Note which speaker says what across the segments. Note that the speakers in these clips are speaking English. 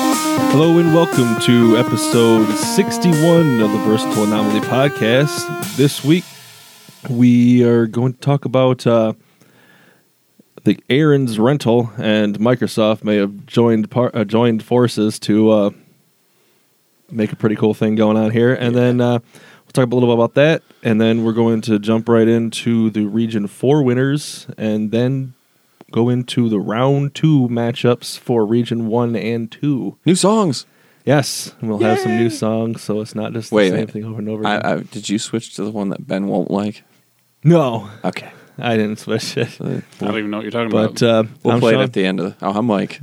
Speaker 1: Hello and welcome to episode 61 of the Versatile Anomaly podcast. This week we are going to talk about uh, I think Aaron's rental and Microsoft may have joined par- uh, joined forces to uh, make a pretty cool thing going on here. And then uh, we'll talk a little bit about that. And then we're going to jump right into the Region Four winners, and then go into the round two matchups for Region One and Two.
Speaker 2: New songs.
Speaker 1: Yes, and we'll have some new songs, so it's not just the
Speaker 2: Wait a
Speaker 1: same
Speaker 2: minute.
Speaker 1: thing over and over. Again.
Speaker 2: I, I, did you switch to the one that Ben won't like?
Speaker 1: no,
Speaker 2: Okay.
Speaker 1: I didn't switch it.
Speaker 2: Uh,
Speaker 3: I don't even know what you're talking
Speaker 1: But
Speaker 3: about.
Speaker 1: uh,
Speaker 2: We'll
Speaker 1: I'm
Speaker 2: play
Speaker 1: Sean.
Speaker 2: it at the end of the. Oh, I'm Mike.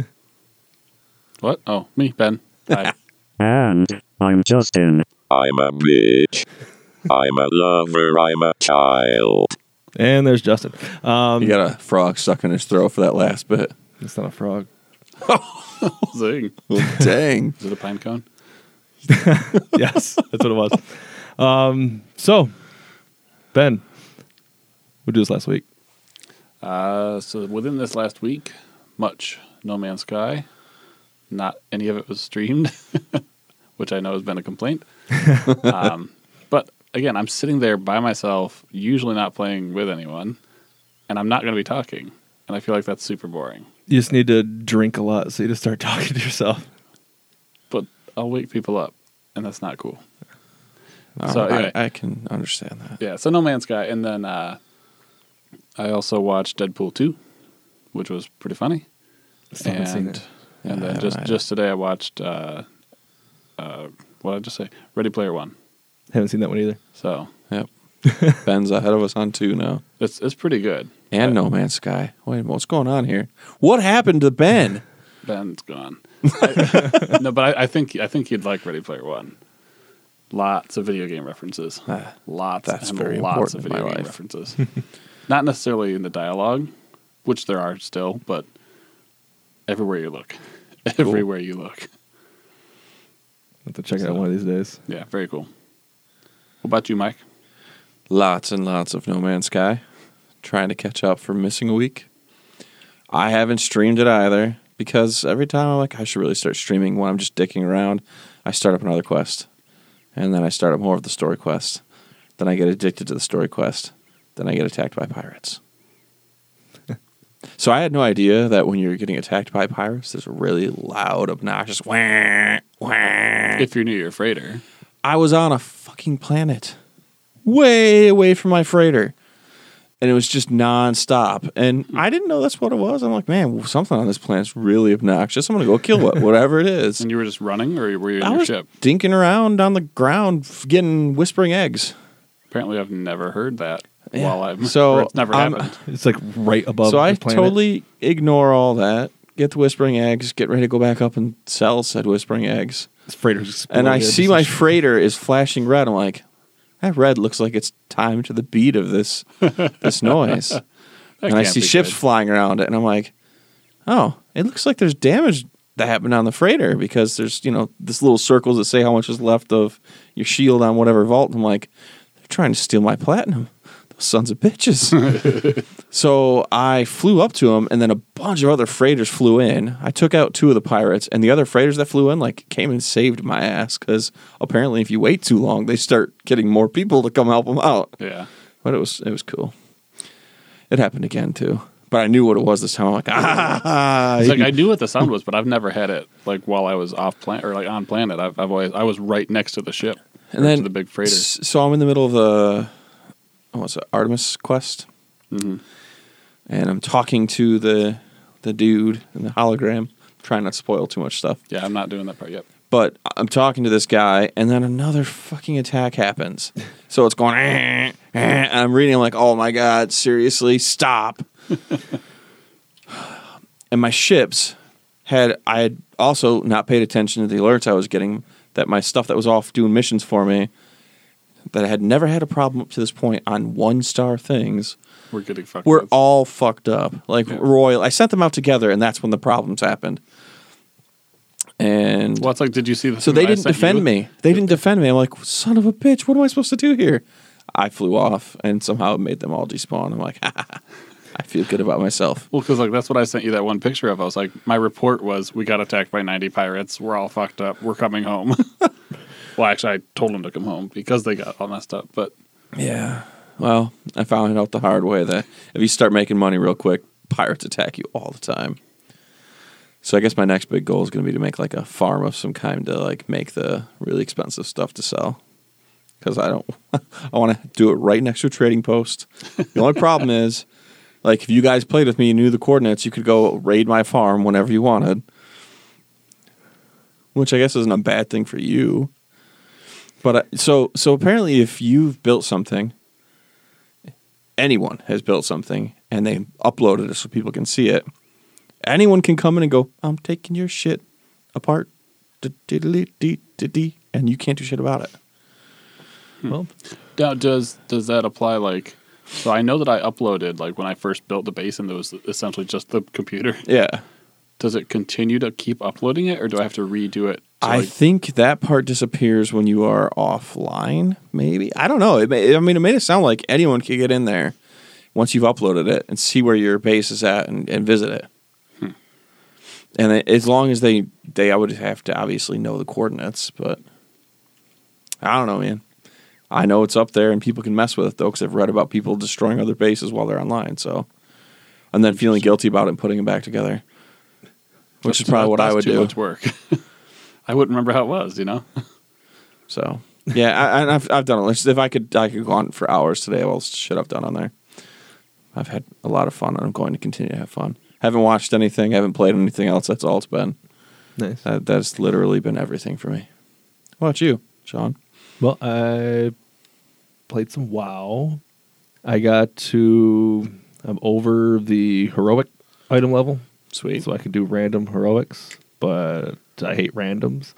Speaker 3: what? Oh, me, Ben. Hi.
Speaker 4: And I'm Justin.
Speaker 5: I'm a bitch. I'm a lover. I'm a child.
Speaker 1: and there's Justin. Um,
Speaker 2: You got a frog stuck in his throat for that last bit.
Speaker 1: It's not a frog.
Speaker 3: Zing.
Speaker 2: Well, dang.
Speaker 3: Is it a pine cone?
Speaker 1: yes, that's what it was. Um, so, Ben, we do this last week.
Speaker 3: Uh, so within this last week, much No Man's Sky. Not any of it was streamed, which I know has been a complaint. um, but again, I'm sitting there by myself, usually not playing with anyone, and I'm not going to be talking. And I feel like that's super boring.
Speaker 1: You just need to drink a lot so you just start talking to yourself.
Speaker 3: But I'll wake people up, and that's not cool.
Speaker 2: Oh,
Speaker 3: So, anyway.
Speaker 2: I, I can understand that.
Speaker 3: Yeah, so No Man's Sky, and then uh, I also watched Deadpool two, which was pretty funny.
Speaker 1: Still haven't seen it.
Speaker 3: and
Speaker 2: Yeah, I
Speaker 3: then just
Speaker 2: haven't
Speaker 3: just today I watched uh, uh, what did I just say? Ready Player One.
Speaker 1: Haven't seen that one either.
Speaker 3: So
Speaker 2: Yep. Ben's ahead of us on two now.
Speaker 3: it's it's pretty good.
Speaker 2: And No Man's Sky. Wait, what's going on here? What happened to Ben?
Speaker 3: Ben's gone. I- no, but I, I think I think you'd like Ready Player One. Lots of video game references.
Speaker 2: Ah,
Speaker 3: lots.
Speaker 2: that's
Speaker 3: and
Speaker 2: very
Speaker 3: lots
Speaker 2: important
Speaker 3: of
Speaker 2: in my
Speaker 3: video game
Speaker 2: life.
Speaker 3: references. Not necessarily in the dialogue, which there are still, but everywhere you look, everywhere you look.
Speaker 1: I'll have to check it out one of these days.
Speaker 3: Yeah, very cool. What about you, Mike?
Speaker 2: Lots and lots of No Man's Sky. Trying to catch up for missing a week. I haven't streamed it either because every time I'm like, I should really start streaming when I'm just dicking around, I start up another quest. And then I start up more of the story quest. Then I get addicted to the story quest. Then I get attacked by pirates. so I had no idea that when you're getting attacked by pirates, there's a really loud, obnoxious wah, wah.
Speaker 3: If you're new, you're a freighter.
Speaker 2: I was on a fucking planet way away from my freighter. And it was just nonstop. And I didn't know that's what it was. I'm like, man, something on this planet's really obnoxious. I'm going to go kill it, whatever it is.
Speaker 3: And you were just running, or were you in
Speaker 2: I
Speaker 3: your
Speaker 2: was
Speaker 3: ship?
Speaker 2: dinking around on the ground, f- getting whispering eggs.
Speaker 3: Apparently, I've never heard that
Speaker 2: Yeah.
Speaker 3: while I'm.
Speaker 2: So, um,
Speaker 3: or it's never
Speaker 2: I'm-
Speaker 3: happened.
Speaker 1: It's like right above.
Speaker 2: so
Speaker 1: the
Speaker 2: I
Speaker 1: planet.
Speaker 2: totally ignore all that, get the whispering eggs, get ready to go back up and sell said whispering eggs.
Speaker 1: This freighter's exploded.
Speaker 2: and I see my freighter is flashing red. I'm like, that red looks like it's timed to the beat of this this noise. and I
Speaker 3: can't
Speaker 2: see
Speaker 3: be
Speaker 2: ships
Speaker 3: good.
Speaker 2: flying around it, and I'm like, oh, it looks like there's damage that happened on the freighter because there's you know this little circles that say how much is left of your shield on whatever vault. I'm like, they're trying to steal my platinum. Those sons of bitches. so I flew up to them, and then a bunch of other freighters flew in. I took out two of the pirates, and the other freighters that flew in like came and saved my ass because apparently if you wait too long, they start getting more people to come help them out.
Speaker 3: Yeah.
Speaker 2: But it was it was cool. It happened again too. But I knew what it was this time. I'm like, ah,
Speaker 3: It's like I knew what the sound was, but I've never had it like while I was off planet or like on planet. I've, I've always I was right next to the ship, or
Speaker 2: and then
Speaker 3: to the big freighter.
Speaker 2: s- So I'm in the middle of the what's it, Artemis quest,
Speaker 3: Mm-hmm.
Speaker 2: and I'm talking to the the dude in the hologram, trying not to spoil too much stuff.
Speaker 3: yeah, I'm not doing that part yet.
Speaker 2: But I'm talking to this guy, and then another fucking attack happens. So it's going, "Eh, eh," and I'm reading, I'm like, oh my God, seriously, stop. and my ships had, I had also not paid attention to the alerts I was getting that my stuff that was off doing missions for me, that I had never had a problem up to this point on one star things,
Speaker 3: We're getting fucked.
Speaker 2: we're
Speaker 3: with.
Speaker 2: all fucked up. Like
Speaker 3: Yeah.
Speaker 2: Royal, I sent them out together, and that's when the problems happened. And
Speaker 3: Well, it's like, did you see the?
Speaker 2: so
Speaker 3: thing
Speaker 2: they
Speaker 3: that I
Speaker 2: didn't
Speaker 3: sent you?
Speaker 2: defend me. They didn't defend me. I'm like, son of a bitch, what am I supposed to do here? I flew off and somehow it made them all despawn. I'm like, I feel good about myself.
Speaker 3: Well, because like that's what I sent you that one picture of. I was like, my report was we got attacked by ninety pirates. We're all fucked up. We're coming home. well, actually, I told them to come home because they got all messed up. But
Speaker 2: Yeah. Well, I found out the hard way that if you start making money real quick, pirates attack you all the time. So I guess my next big goal is going to be to make like a farm of some kind to like make the really expensive stuff to sell. Cuz I don't I want to do it right next to a trading post. The only problem is like if you guys played with me, you knew the coordinates, you could go raid my farm whenever you wanted. Which I guess isn't a bad thing for you. But I, so so apparently, if you've built something, anyone has built something, and they uploaded it so people can see it. Anyone can come in and go, "I'm taking your shit apart," D-d-d-d-d-d-d, and you can't do shit about it.
Speaker 1: Well,
Speaker 3: now, does does that apply? Like, so I know that I uploaded like when I first built the base, and there was essentially just the computer.
Speaker 2: Yeah,
Speaker 3: Does it continue to keep uploading it, or do I have to redo it? to,
Speaker 2: I
Speaker 3: like-
Speaker 2: think that part disappears when you are offline. Maybe I don't know. It may, I mean, it made it sound like anyone could get in there once you've uploaded it and see where your base is at and, and visit it.
Speaker 3: Hmm.
Speaker 2: And it, as long as they they, I would have to obviously know the coordinates. But I don't know, man. I know it's up there and people can mess with it though, because I've read about people destroying other bases while they're online. So, and then feeling guilty about it and putting them back together, which is
Speaker 3: that's-
Speaker 2: probably what I
Speaker 3: that's
Speaker 2: would
Speaker 3: too
Speaker 2: do.
Speaker 3: Much work. I wouldn't remember how it was. You know.
Speaker 2: So yeah, I, I- I've I've done it. If I could, I could go on for hours today. All the shit I've done on there. I've had a lot of fun, and I'm going to continue to have fun. Haven't watched anything. Haven't played anything else. That's all it's been.
Speaker 1: nice.
Speaker 2: That, that's literally been everything for me. What about you, Sean?
Speaker 1: Well, I played some WoW. I got to I'm over the heroic item level,
Speaker 2: Sweet.
Speaker 1: so I can do random heroics, but I hate randoms.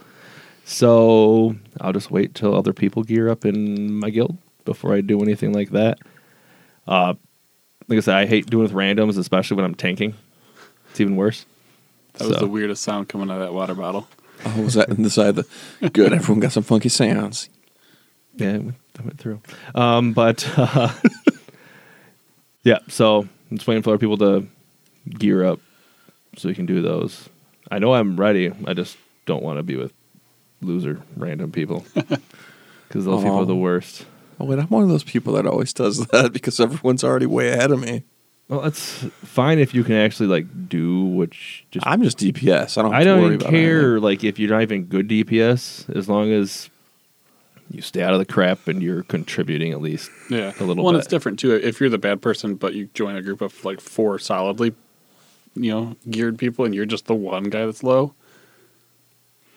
Speaker 1: So I'll just wait till other people gear up in my guild before I do anything like that. Uh, like I said, I hate doing with randoms, especially when I'm tanking. It's even worse.
Speaker 3: That was
Speaker 1: So-
Speaker 3: the weirdest sound coming out of that water bottle.
Speaker 2: oh, was that in the side? Of the, good. Everyone got some funky sounds.
Speaker 1: Yeah, I went, I went through. Um, but uh, yeah, so I'm just waiting for other people to gear up so you can do those. I know I'm ready. I just don't want to be with loser random people because those people
Speaker 2: Aw.
Speaker 1: are the worst.
Speaker 2: Oh wait, I'm one of those people that always does that because everyone's already way ahead of me.
Speaker 1: Well, that's fine if you can actually like do which. Just
Speaker 2: I'm just DPS. I don't. Have
Speaker 1: I
Speaker 2: to
Speaker 1: don't
Speaker 2: worry
Speaker 1: even
Speaker 2: about
Speaker 1: care.
Speaker 2: anything.
Speaker 1: Like if you're not even good DPS, as long as you stay out of the crap and you're contributing at least.
Speaker 3: Yeah,
Speaker 1: A little
Speaker 3: Well, and
Speaker 1: bit.
Speaker 3: it's different too. If you're the bad person, but you join a group of like four solidly, you know, geared people, and you're just the one guy that's low.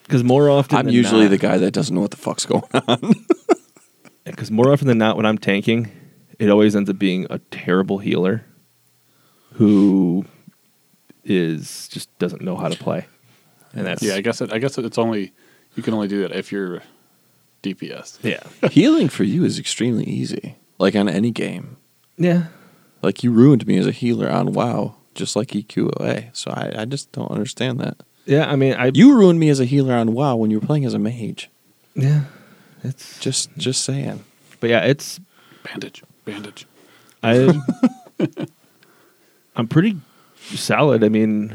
Speaker 1: Because more often,
Speaker 2: I'm
Speaker 1: than
Speaker 2: usually
Speaker 1: not-
Speaker 2: the guy that doesn't know what the fuck's going on.
Speaker 1: because more often than not, when I'm tanking, it always ends up being a terrible healer who is just doesn't know how to play, and that's
Speaker 3: Yeah, I guess it, I guess it's only you can only do that if you're DPS.
Speaker 1: yeah,
Speaker 2: Healing for you is extremely easy, like on any game.
Speaker 1: yeah.
Speaker 2: Like you ruined me as a healer on WoW, just like E EQOA. So I, I just don't understand that.
Speaker 1: Yeah, I mean, I
Speaker 2: You ruined me as a healer on WoW when you were playing as a mage.
Speaker 1: yeah, it's just
Speaker 2: Just just saying.
Speaker 1: but yeah, it's
Speaker 3: Bandage, bandage.
Speaker 1: I I'm pretty solid. I mean,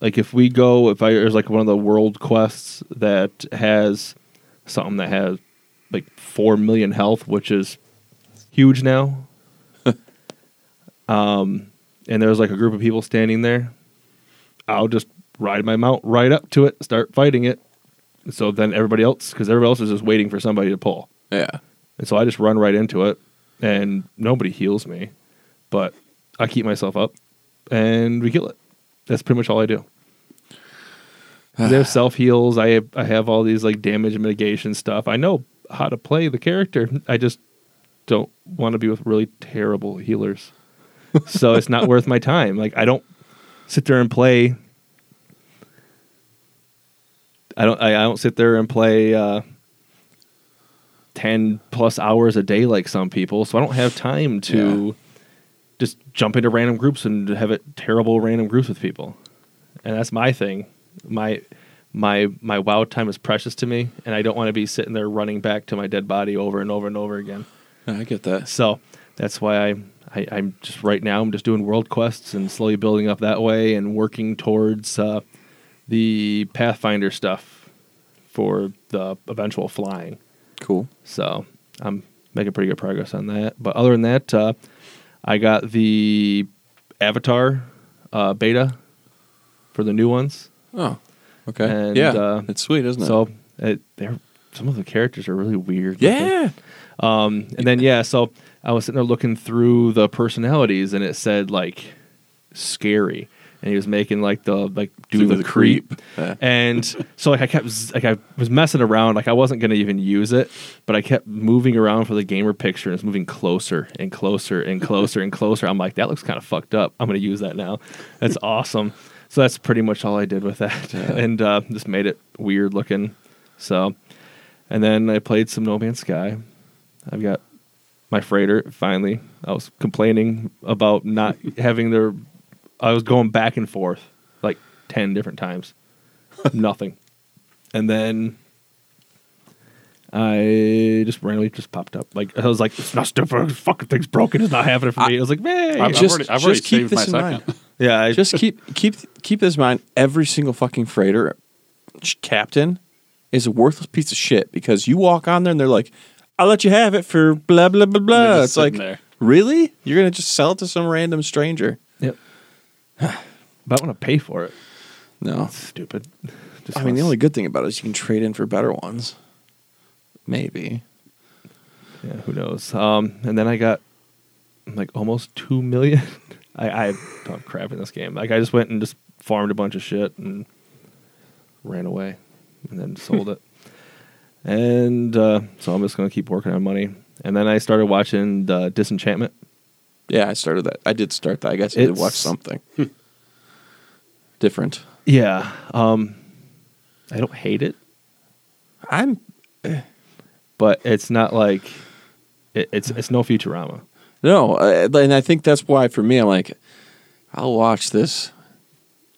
Speaker 1: like if we go, if I there's like one of the world quests that has something that has like four million health, which is huge now. um, and there's like a group of people standing there. I'll just ride my mount right up to it, start fighting it. So then everybody else, because everybody else is just waiting for somebody to pull.
Speaker 2: Yeah.
Speaker 1: And so I just run right into it, and nobody heals me, but I keep myself up, and we kill it. That's pretty much all I do. they have self heals. I have, I have all these like damage mitigation stuff. I know how to play the character. I just don't want to be with really terrible healers. so it's not worth my time. Like I don't sit there and play. I don't. I, I don't sit there and play. Uh, 10 plus hours a day like some people so i don't have time to just jump into random groups and have it terrible random groups with people and that's my thing my my my wow time is precious to me and i don't want to be sitting there running back to my dead body over and over and over again
Speaker 2: I get that.
Speaker 1: so that's why i I, I'm just right now. I'm just doing world quests and slowly building up that way and working towards uh, the Pathfinder stuff for the eventual flying.
Speaker 2: Cool.
Speaker 1: So I'm making pretty good progress on that. But other than that, uh, I got the Avatar uh, beta for the new ones.
Speaker 2: Oh, okay.
Speaker 1: And,
Speaker 2: yeah,
Speaker 1: uh,
Speaker 2: it's sweet, isn't it?
Speaker 1: So it, they're some of the characters are really weird. looking.
Speaker 2: yeah.
Speaker 1: Um, and then yeah, so I was sitting there looking through the personalities, and it said like scary, and he was making like the like do,
Speaker 2: Do
Speaker 1: the,
Speaker 2: the
Speaker 1: creep,
Speaker 2: creep. Yeah.
Speaker 1: and so like I kept z- like I was messing around, like I wasn't gonna even use it, but I kept moving around for the gamer picture, and it's moving closer and closer and closer and closer. I'm like, that looks kind of fucked up. I'm gonna use that now. That's awesome. So that's pretty much all I did with that, and uh, just made it weird looking. So, and then I played some No Man's Sky. I've got my freighter finally. I was complaining about not having their. I was going back and forth like 10 different times. Nothing. And then I just randomly just popped up. Like, I was like, it's not stupid. Fucking thing's broken. It's not happening for me. I was like, man.
Speaker 3: I've,
Speaker 2: Just-
Speaker 3: already, I've
Speaker 2: just
Speaker 3: already
Speaker 2: keep
Speaker 3: saved my
Speaker 2: this in
Speaker 3: second.
Speaker 2: mind.
Speaker 1: yeah. I,
Speaker 2: Just keep keep keep this in mind. Every single fucking freighter ch- captain is a worthless piece of shit because you walk on there and they're like, "I'll let you have it for blah blah blah
Speaker 3: They're
Speaker 2: blah."
Speaker 3: just
Speaker 2: It's like,
Speaker 3: sitting there.
Speaker 2: really? You're gonna just sell it to some random stranger?
Speaker 1: yep. but I want to pay for it.
Speaker 2: No.
Speaker 1: Stupid. Just
Speaker 2: I
Speaker 1: wanna
Speaker 2: mean, the
Speaker 1: s-
Speaker 2: only good thing about it is you can trade in for better ones. Maybe.
Speaker 1: Yeah, who knows? Um, and then I got like almost two million. I, I don't crap in this game. Like I just went and just farmed a bunch of shit and ran away, and then sold it. And uh, so I'm just gonna keep working on money. And then I started watching the Disenchantment.
Speaker 2: Yeah, I started that. I did start that. I guess I did
Speaker 1: It's-
Speaker 2: watch something different.
Speaker 1: Yeah, um, I don't hate it,
Speaker 2: I'm
Speaker 1: but it's not like it, it's it's no Futurama.
Speaker 2: No, uh, and I think that's why for me, I'm like, I'll watch this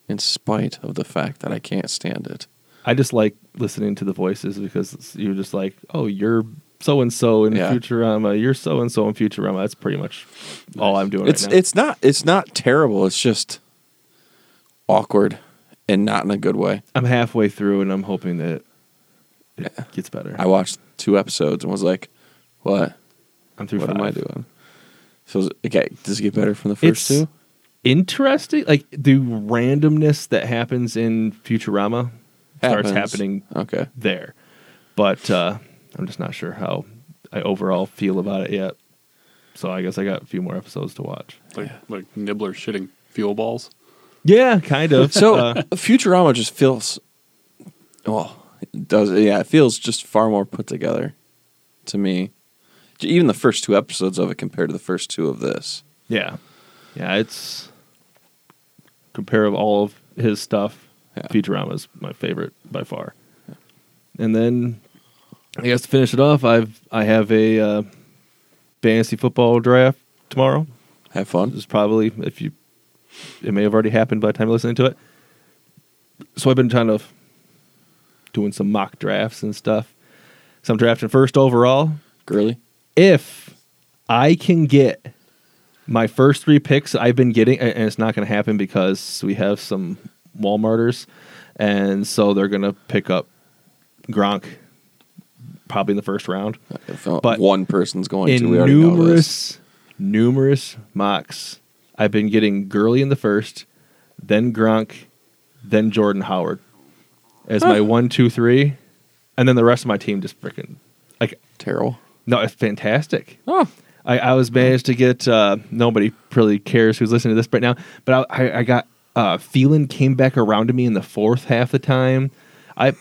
Speaker 2: in spite of the fact that I can't stand it.
Speaker 1: I just like listening to the voices because it's- you're just like, oh, you're so and so in
Speaker 2: Yeah.
Speaker 1: Futurama, you're so and so in Futurama. That's pretty much all I'm doing.
Speaker 2: It's
Speaker 1: right now.
Speaker 2: it's not it's not terrible. It's just awkward and not in a good way.
Speaker 1: I'm halfway through and I'm hoping that it gets better.
Speaker 2: I watched two episodes and was like, what?
Speaker 1: I'm through.
Speaker 2: what
Speaker 1: five.
Speaker 2: am I doing? So it's- okay, does it get better from the
Speaker 1: It's
Speaker 2: first two?
Speaker 1: interesting. Like the randomness that happens in Futurama starts
Speaker 2: Happens.
Speaker 1: happening
Speaker 2: Okay,
Speaker 1: there, but uh, I'm just not sure how I overall feel about it yet. So I guess I got a few more episodes to watch.
Speaker 3: Like, like Nibbler shitting fuel balls.
Speaker 1: Yeah, kind of.
Speaker 2: so
Speaker 1: Uh,
Speaker 2: Futurama just feels, well, it does yeah, it feels just far more put together to me. J- Even the first two episodes of it compared to the first two of this.
Speaker 1: Yeah. Yeah, it's compare of all of his stuff.
Speaker 2: Yeah.
Speaker 1: Futurama's my favorite by far. And then I guess to finish it off, I've I have a uh, fantasy football draft tomorrow.
Speaker 2: Have fun.
Speaker 1: This is probably if you it may have already happened by the time you're listening to it. So I've been kind of doing some mock drafts and stuff. So I'm drafting first overall
Speaker 2: Girly.
Speaker 1: if I can get my first three picks I've been getting, and it's not going to happen because we have some Walmarters, and so they're going to pick up Gronk probably in the first round.
Speaker 2: If uh,
Speaker 1: But
Speaker 2: one person's going to,
Speaker 1: in
Speaker 2: we already know this.
Speaker 1: numerous, numerous mocks, I've been getting Gurley in the first, then Gronk, then Jordan Howard as my one, two, three, and then the rest of my team just freaking like
Speaker 2: Terrible.
Speaker 1: no, it's fantastic.
Speaker 2: Oh,
Speaker 1: I, I was managed to get uh, nobody really cares who's listening to this right now, but I, I, I got uh, Phelan came back around to me in the fourth half the time. I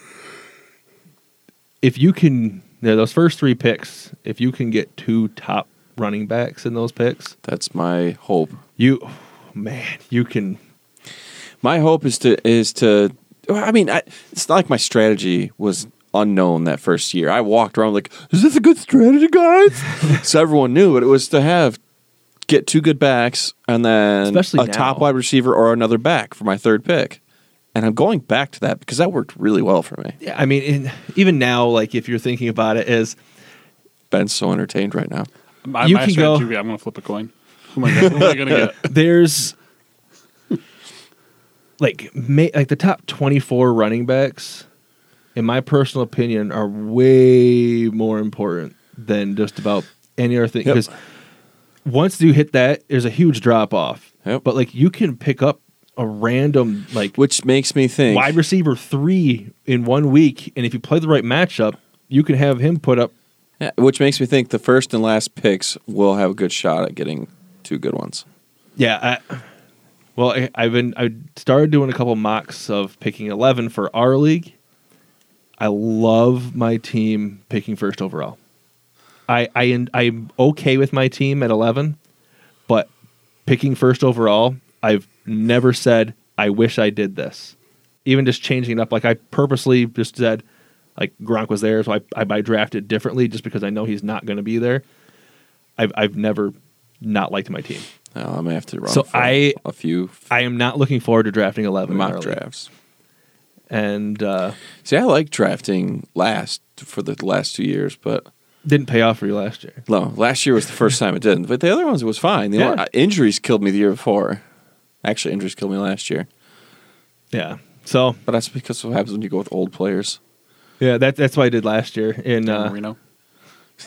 Speaker 1: if you can yeah, those first three picks, if you can get two top running backs in those picks,
Speaker 2: that's my hope.
Speaker 1: you man, you can
Speaker 2: My hope is to is to. well, I mean, I, it's not like my strategy was unknown that first year. I walked around like, "Is this a good strategy, guys?" so everyone knew, but it was to have get two good backs and then
Speaker 1: Especially
Speaker 2: a top
Speaker 1: now.
Speaker 2: wide receiver or another back for my third pick. And I'm going back to that because that worked really well for me.
Speaker 1: yeah, I mean in, even now like if you're thinking about it is
Speaker 2: Ben's so entertained right now.
Speaker 3: My,
Speaker 1: You
Speaker 3: my
Speaker 1: can
Speaker 3: strategy
Speaker 1: go-
Speaker 3: would be I'm going to flip a coin. Who am I, who am I gonna get?
Speaker 1: there's like ma- like the top 24 running backs in my personal opinion are way more important than just about any other thing
Speaker 2: Yep.
Speaker 1: because once you hit that there's a huge drop off
Speaker 2: Yep.
Speaker 1: but like you can pick up a random like
Speaker 2: Which makes me think.
Speaker 1: wide receiver three in one week and if you play the right matchup you can have him put up
Speaker 2: Yeah, which makes me think the first and last picks will have a good shot at getting two good ones.
Speaker 1: Yeah. I, well, I, I've been I started doing a couple mocks of picking eleven for our league. I love my team picking first overall. I I I'm okay with my team at eleven, but picking first overall, I've never said I wish I did this. Even just changing it up, like I purposely just said, like Gronk was there, so I I, I drafted differently just because I know he's not going to be there. I've I've never not liked my team.
Speaker 2: Now, I may have to run
Speaker 1: So
Speaker 2: for
Speaker 1: I-
Speaker 2: a few
Speaker 1: I am not looking forward to drafting 11 in our
Speaker 2: mock
Speaker 1: league.
Speaker 2: drafts.
Speaker 1: And uh,
Speaker 2: See, I like drafting last for the last two years, but
Speaker 1: didn't pay off for you last year.
Speaker 2: no, last year was the first time it didn't. But the other ones it was fine. The
Speaker 1: Yeah.
Speaker 2: only- uh, injuries killed me the year before. Actually, injuries killed me last year,
Speaker 1: Yeah. So,
Speaker 2: but that's because of what happens when you go with old players.
Speaker 1: yeah, that, that's what I did last year in
Speaker 3: Dan
Speaker 1: uh,
Speaker 3: Marino.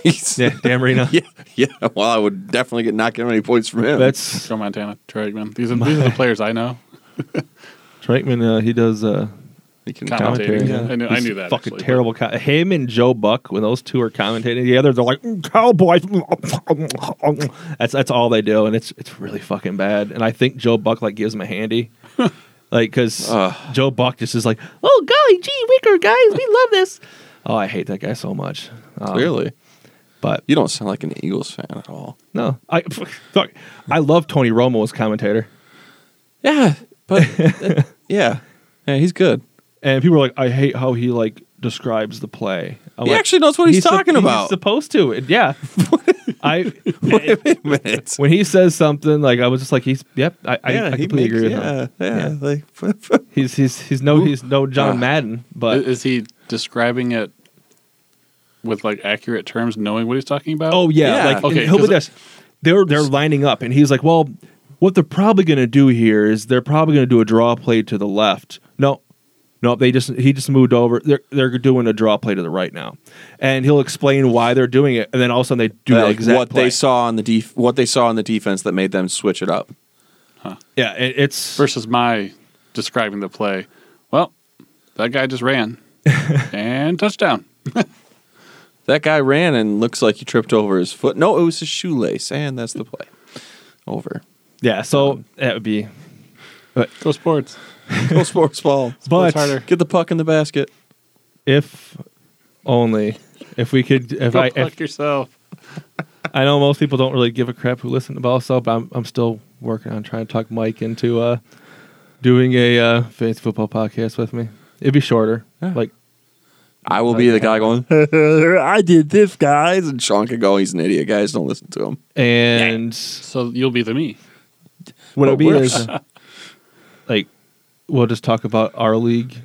Speaker 1: yeah, Dan Marino.
Speaker 2: yeah, yeah. Well, I would definitely get not get many points from him.
Speaker 1: That's
Speaker 3: Joe Montana, Troy Aikman. These are these are the players I know.
Speaker 1: Trankman. Uh, he does uh,
Speaker 2: He can
Speaker 3: Commentating.
Speaker 1: commentary.
Speaker 3: Yeah. I knew- I
Speaker 1: He's
Speaker 3: knew that,
Speaker 1: Fucking
Speaker 3: actually,
Speaker 1: terrible. co- Him and Joe Buck, when those two are commentating together, they're like "Mm, Cowboys. that's that's all they do, and it's it's really fucking bad. And I think Joe Buck like gives him a handy. Like, because
Speaker 2: Ugh.
Speaker 1: Joe Buck just is like, oh, golly gee, Wicker, guys, we love this. Oh, I hate that guy so much. Um,
Speaker 2: Clearly,
Speaker 1: But
Speaker 2: you don't sound like an Eagles fan at all.
Speaker 1: no, I fuck, I love Tony Romo as commentator,
Speaker 2: Yeah, but yeah, yeah, he's good.
Speaker 1: and people are like, I hate how he like describes the play. I'm
Speaker 2: He
Speaker 1: like,
Speaker 2: actually knows what he's
Speaker 1: sup-
Speaker 2: talking about.
Speaker 1: He's supposed to, And yeah. I
Speaker 2: Wait a minute.
Speaker 1: when he says something like I was just like he's yep I I, I completely agree with
Speaker 2: yeah,
Speaker 1: him.
Speaker 2: Yeah, like
Speaker 1: He's he's he's no he's no John
Speaker 2: Ah.
Speaker 1: Madden, but
Speaker 3: is, is he describing it with like accurate terms, knowing what he's talking about?
Speaker 1: Oh yeah,
Speaker 2: Yeah.
Speaker 1: like
Speaker 3: Okay,
Speaker 1: and he'll be
Speaker 3: 'cause-
Speaker 1: this. They're they're lining up, and he's like, "Well, what they're probably going to do here is they're probably going to do a draw play to the left." No, no, they just he just moved over. They're they're doing a draw play to the right now, and he'll explain why they're doing it, and then all of a sudden they do that
Speaker 2: like
Speaker 1: exact
Speaker 2: what
Speaker 1: play.
Speaker 2: they saw on the def- what they saw on the defense that made them switch it up.
Speaker 1: Yeah, it, it's
Speaker 3: versus my describing the play. Well, that guy just ran and touchdown.
Speaker 2: That guy ran and looks like he tripped over his foot. No, it was his shoelace, and that's the play. Over.
Speaker 1: yeah. So that would be,
Speaker 3: Go sports.
Speaker 2: Go sports ball.
Speaker 1: but
Speaker 3: harder.
Speaker 2: Get the puck in the basket.
Speaker 1: if only if we could if
Speaker 3: Go
Speaker 1: I if,
Speaker 3: fuck yourself.
Speaker 1: I know most people don't really give a crap who listen to Ballsell, but I'm I'm still working on trying to talk Mike into uh, doing a uh, fantasy football podcast with me. It'd be shorter,
Speaker 2: Yeah.
Speaker 1: like
Speaker 2: I will be the guy going. I did this, guys, and Sean can go. He's an idiot, guys. Don't listen to him.
Speaker 1: and
Speaker 3: So you'll be the me.
Speaker 1: what it'd be
Speaker 2: But
Speaker 1: is uh, like we'll just talk about our league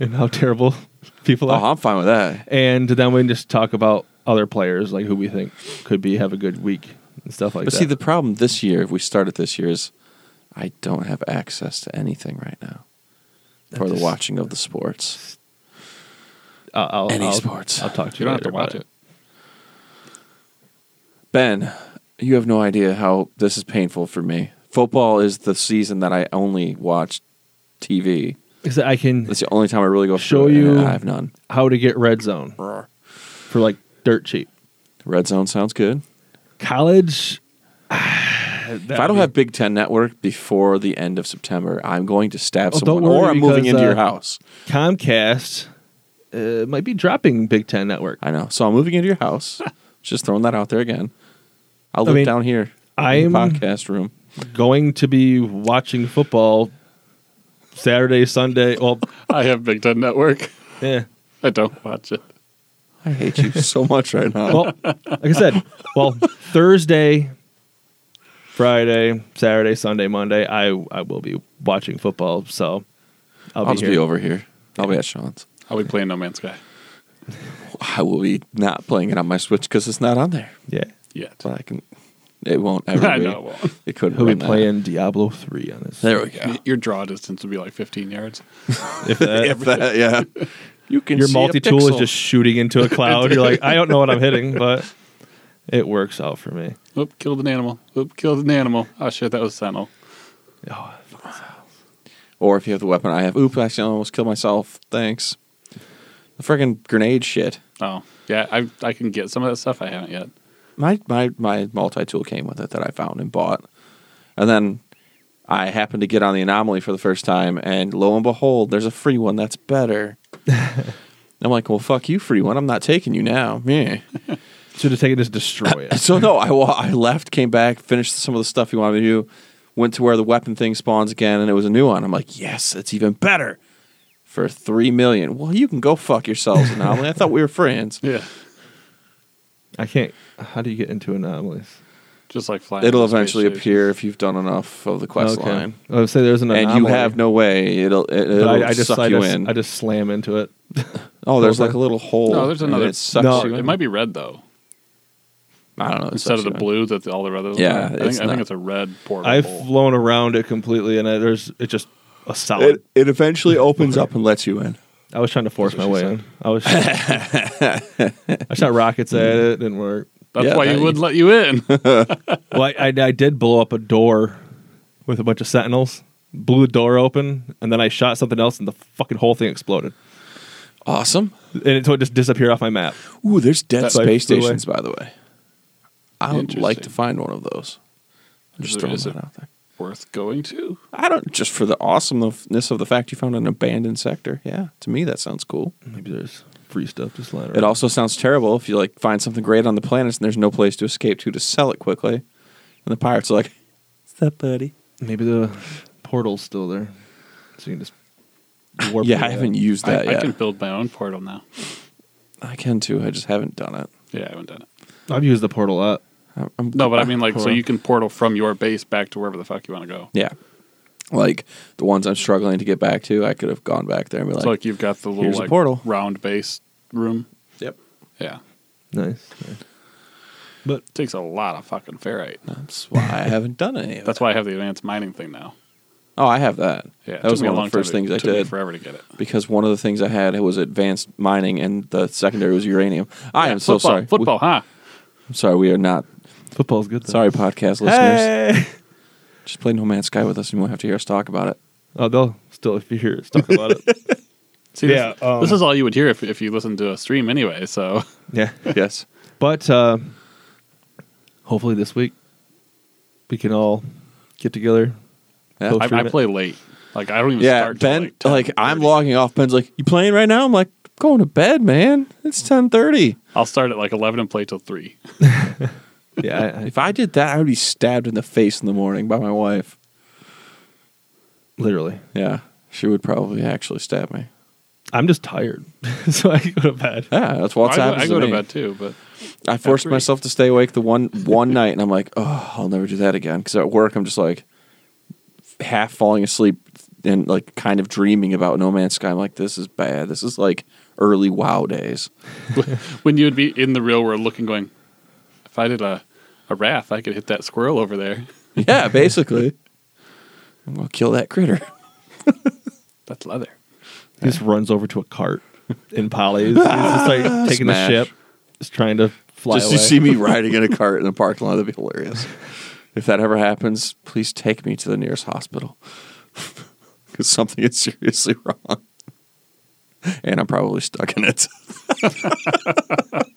Speaker 1: and how terrible people are,
Speaker 2: Oh, I'm fine with that.
Speaker 1: and then we can just talk about other players like who we think could be have a good week and stuff like
Speaker 2: But
Speaker 1: that.
Speaker 2: see, the problem this year, if we start it this year, is I don't have access to anything right now for the
Speaker 1: just-
Speaker 2: watching of the sports.
Speaker 1: I'll, I'll,
Speaker 2: any
Speaker 1: I'll-
Speaker 2: sports.
Speaker 1: I'll talk to
Speaker 3: You
Speaker 1: you.
Speaker 3: don't have
Speaker 1: later
Speaker 3: to watch
Speaker 1: about
Speaker 3: it.
Speaker 2: Ben, you have no idea how this is painful for me. Football is the season that I only watch TV.
Speaker 1: Because I can
Speaker 2: That's the only time I really go
Speaker 1: Show
Speaker 2: through it, and
Speaker 1: you-
Speaker 2: I have none.
Speaker 1: how to get red zone for like dirt cheap.
Speaker 2: Red Zone sounds good.
Speaker 1: college.
Speaker 2: if I don't have Big Ten Network before the end of September, I'm going to stab
Speaker 1: Oh, don't
Speaker 2: someone, or
Speaker 1: worry,
Speaker 2: I'm moving
Speaker 1: because,
Speaker 2: into
Speaker 1: uh,
Speaker 2: your house.
Speaker 1: Comcast, uh, might be dropping Big Ten Network.
Speaker 2: I know. So I'm moving into your house. Just throwing that out there again. I'll
Speaker 1: I
Speaker 2: live
Speaker 1: mean,
Speaker 2: down here in
Speaker 1: I'm-
Speaker 2: the podcast room.
Speaker 1: Going to be watching football Saturday, Sunday. Well, eh,
Speaker 3: I have Big Ten Network.
Speaker 1: yeah.
Speaker 3: I don't watch it.
Speaker 2: I hate you so much right now.
Speaker 1: Well, like I said, well Thursday, Friday, Saturday, Sunday, Monday. I I will be watching football, so I'll,
Speaker 2: I'll
Speaker 1: be
Speaker 2: just
Speaker 1: here.
Speaker 2: be over here. I'll be at Sean's.
Speaker 3: I'll be playing No Man's Sky
Speaker 2: I will be not playing it on my Switch because it's not on there.
Speaker 1: Yeah.
Speaker 3: yet.
Speaker 2: But I can It won't ever.
Speaker 3: I
Speaker 2: be.
Speaker 3: know. Well,
Speaker 2: It couldn't.
Speaker 1: He'll be
Speaker 2: run that.
Speaker 1: playing Diablo 3 on this.
Speaker 2: There we go.
Speaker 3: Your draw distance would be like 15 yards.
Speaker 1: If that-
Speaker 2: If that- yeah. You can.
Speaker 1: your
Speaker 2: see a
Speaker 1: multi tool is
Speaker 2: pixel.
Speaker 1: just shooting into a cloud. You're like, I don't know what I'm hitting, but it works out for me.
Speaker 3: Oop, killed an animal. Oop, killed an animal. Oh shit, that was Sentinel.
Speaker 1: Oh,
Speaker 2: Or if you have the weapon I have, oop, I accidentally almost killed myself. Thanks. The freaking grenade shit.
Speaker 3: Oh yeah, I I can get some of that stuff. I haven't yet.
Speaker 2: My my my multi tool came with it that I found and bought, and then I happened to get on the anomaly for the first time, and lo and behold, there's a free one that's better. I'm like, well, fuck you, free one. I'm not taking you now. Yeah.
Speaker 1: should have taken this destroy it.
Speaker 2: So no, I wa- I left, came back, finished some of the stuff he wanted me to do, went to where the weapon thing spawns again, and it was a new one. I'm like, yes, it's even better for three million. Well, you can go fuck yourselves, anomaly. I thought we were friends.
Speaker 3: Yeah,
Speaker 1: I can't. How do you get into anomalies?
Speaker 3: just like flying.
Speaker 2: It'll
Speaker 3: in space
Speaker 2: eventually
Speaker 3: station.
Speaker 2: appear if you've done enough of the quest line,
Speaker 1: I would say there's an
Speaker 2: and
Speaker 1: anomaly.
Speaker 2: you have no way. It'll it,
Speaker 1: But
Speaker 2: it'll
Speaker 1: I, I just
Speaker 2: suck
Speaker 1: I
Speaker 2: you
Speaker 1: just,
Speaker 2: in.
Speaker 1: I just slam into it.
Speaker 2: oh, there's
Speaker 1: Okay.
Speaker 2: like a little hole.
Speaker 3: No, there's
Speaker 2: and
Speaker 3: another-
Speaker 2: It sucks
Speaker 1: No,
Speaker 2: you
Speaker 3: It
Speaker 2: in.
Speaker 3: might be red though,
Speaker 2: I don't know. it
Speaker 3: instead
Speaker 2: sucks
Speaker 3: of the
Speaker 2: you in.
Speaker 3: blue that the, all the others.
Speaker 2: Yeah,
Speaker 3: are. I
Speaker 2: it's
Speaker 3: think, I
Speaker 2: not-
Speaker 3: think it's a red portal.
Speaker 1: I've
Speaker 3: hole.
Speaker 1: flown around it completely, and I, there's it just a solid.
Speaker 2: It it eventually opens up and lets you in.
Speaker 1: I was trying to force my
Speaker 3: That's what
Speaker 1: way
Speaker 3: she
Speaker 1: in. I was. I shot rockets at it. It didn't work.
Speaker 3: That's
Speaker 2: Yeah,
Speaker 3: why
Speaker 2: that-
Speaker 3: you would let you in.
Speaker 1: Well, I, I, I did blow up a door with a bunch of sentinels. Blew the door open, and then I shot something else, and the fucking whole thing exploded.
Speaker 2: Awesome.
Speaker 1: And it, so it just disappeared off my map.
Speaker 2: Ooh, there's dead
Speaker 1: That's
Speaker 2: space
Speaker 1: by the way.
Speaker 2: stations, by the way. I would like
Speaker 3: Interesting.
Speaker 2: to find one of those. I'm just
Speaker 3: Is
Speaker 2: throwing
Speaker 3: it-
Speaker 2: that out there.
Speaker 3: Worth going to.
Speaker 2: I don't just for the awesomeness of the fact you found an abandoned sector. Yeah, to me that sounds cool.
Speaker 1: Maybe there's free stuff just lying around.
Speaker 2: It also sounds terrible if you like find something great on the planets and there's no place to escape to to sell it quickly, and the pirates are like, "What's up, buddy?"
Speaker 1: Maybe the portal's still there, so you can just warp.
Speaker 2: yeah,
Speaker 1: your
Speaker 2: I
Speaker 1: way
Speaker 2: haven't
Speaker 1: out.
Speaker 2: used
Speaker 3: I,
Speaker 2: that
Speaker 3: I
Speaker 2: yet.
Speaker 3: can build my own portal now.
Speaker 2: I can too. I just haven't done it.
Speaker 3: Yeah, I haven't done it.
Speaker 1: I've used the portal up.
Speaker 2: I- I'm-
Speaker 3: No, but I mean, like, so
Speaker 1: Portal.
Speaker 3: you can portal from your base back to wherever the fuck you want to go.
Speaker 2: yeah, like the ones I'm struggling to get back to, I could have gone back there and be like,
Speaker 3: so like you've got the little
Speaker 2: here's a
Speaker 3: like
Speaker 2: portal.
Speaker 3: round base room.
Speaker 2: "Yep,
Speaker 3: Yeah,
Speaker 1: Nice. But
Speaker 3: takes a lot of fucking ferrite.
Speaker 2: that's why I haven't done any of it."
Speaker 3: That's why I have the advanced mining thing now.
Speaker 2: Oh, I have that.
Speaker 3: Yeah, it
Speaker 2: that was
Speaker 3: took me
Speaker 2: one
Speaker 3: a
Speaker 2: of
Speaker 3: long
Speaker 2: the first
Speaker 3: time. It
Speaker 2: things I
Speaker 3: took me
Speaker 2: did
Speaker 3: forever to get it.
Speaker 2: because one of the things I had was advanced mining, and the secondary was uranium. I
Speaker 3: Yeah,
Speaker 2: am so
Speaker 3: football,
Speaker 2: sorry.
Speaker 3: Football, huh?
Speaker 2: We, I'm sorry, we are not
Speaker 1: football's good. Though.
Speaker 2: sorry, podcast listeners.
Speaker 1: Hey!
Speaker 2: Just play No Man's Sky with us, and you won't have to hear us talk about it.
Speaker 1: Oh, they'll still if you hear it, talk about it.
Speaker 3: See,
Speaker 1: Yeah,
Speaker 3: this,
Speaker 1: um,
Speaker 3: this is all you would hear if, if you listened to a stream anyway. So
Speaker 1: yeah,
Speaker 2: yes,
Speaker 1: but uh, hopefully this week we can all get together.
Speaker 2: Yeah,
Speaker 1: Post
Speaker 3: I, I
Speaker 1: stream it.
Speaker 3: play late. Like I don't even
Speaker 2: yeah.
Speaker 3: start. till,
Speaker 2: Ben,
Speaker 3: like, 10,
Speaker 2: like, I'm
Speaker 3: 30.
Speaker 2: logging off. Ben's like, "You playing right now?" I'm like, "I'm "Going to bed, man. It's 10:30."
Speaker 3: I'll start at like eleven and play till three.
Speaker 1: Yeah, I, I
Speaker 2: If I did that, I would be stabbed in the face in the morning by my wife.
Speaker 1: literally.
Speaker 2: Yeah, she would probably actually stab me.
Speaker 1: I'm just tired, so I go to bed.
Speaker 2: Yeah, that's what's
Speaker 3: I, go-
Speaker 2: happening.
Speaker 3: I go to
Speaker 2: me.
Speaker 3: bed too, but
Speaker 2: I forced
Speaker 3: three.
Speaker 2: myself to stay awake the one one night, and I'm like, oh, I'll never do that again. Because at work, I'm just like half falling asleep and like kind of dreaming about No Man's Sky. I'm like, this is bad. This is like early WoW days.
Speaker 3: when you would be in the real world looking, going, if I did a a wrath, I could hit that squirrel over there.
Speaker 2: yeah, basically. I'm gonna kill that critter.
Speaker 3: That's leather.
Speaker 1: He just runs over to a cart in polys. He's just like taking
Speaker 2: Smash.
Speaker 1: the ship, just trying to fly
Speaker 2: just
Speaker 1: away.
Speaker 2: you see me riding in a cart in the parking lot, that'd be hilarious. if that ever happens, please take me to the nearest hospital because something is seriously wrong, and I'm probably stuck in it.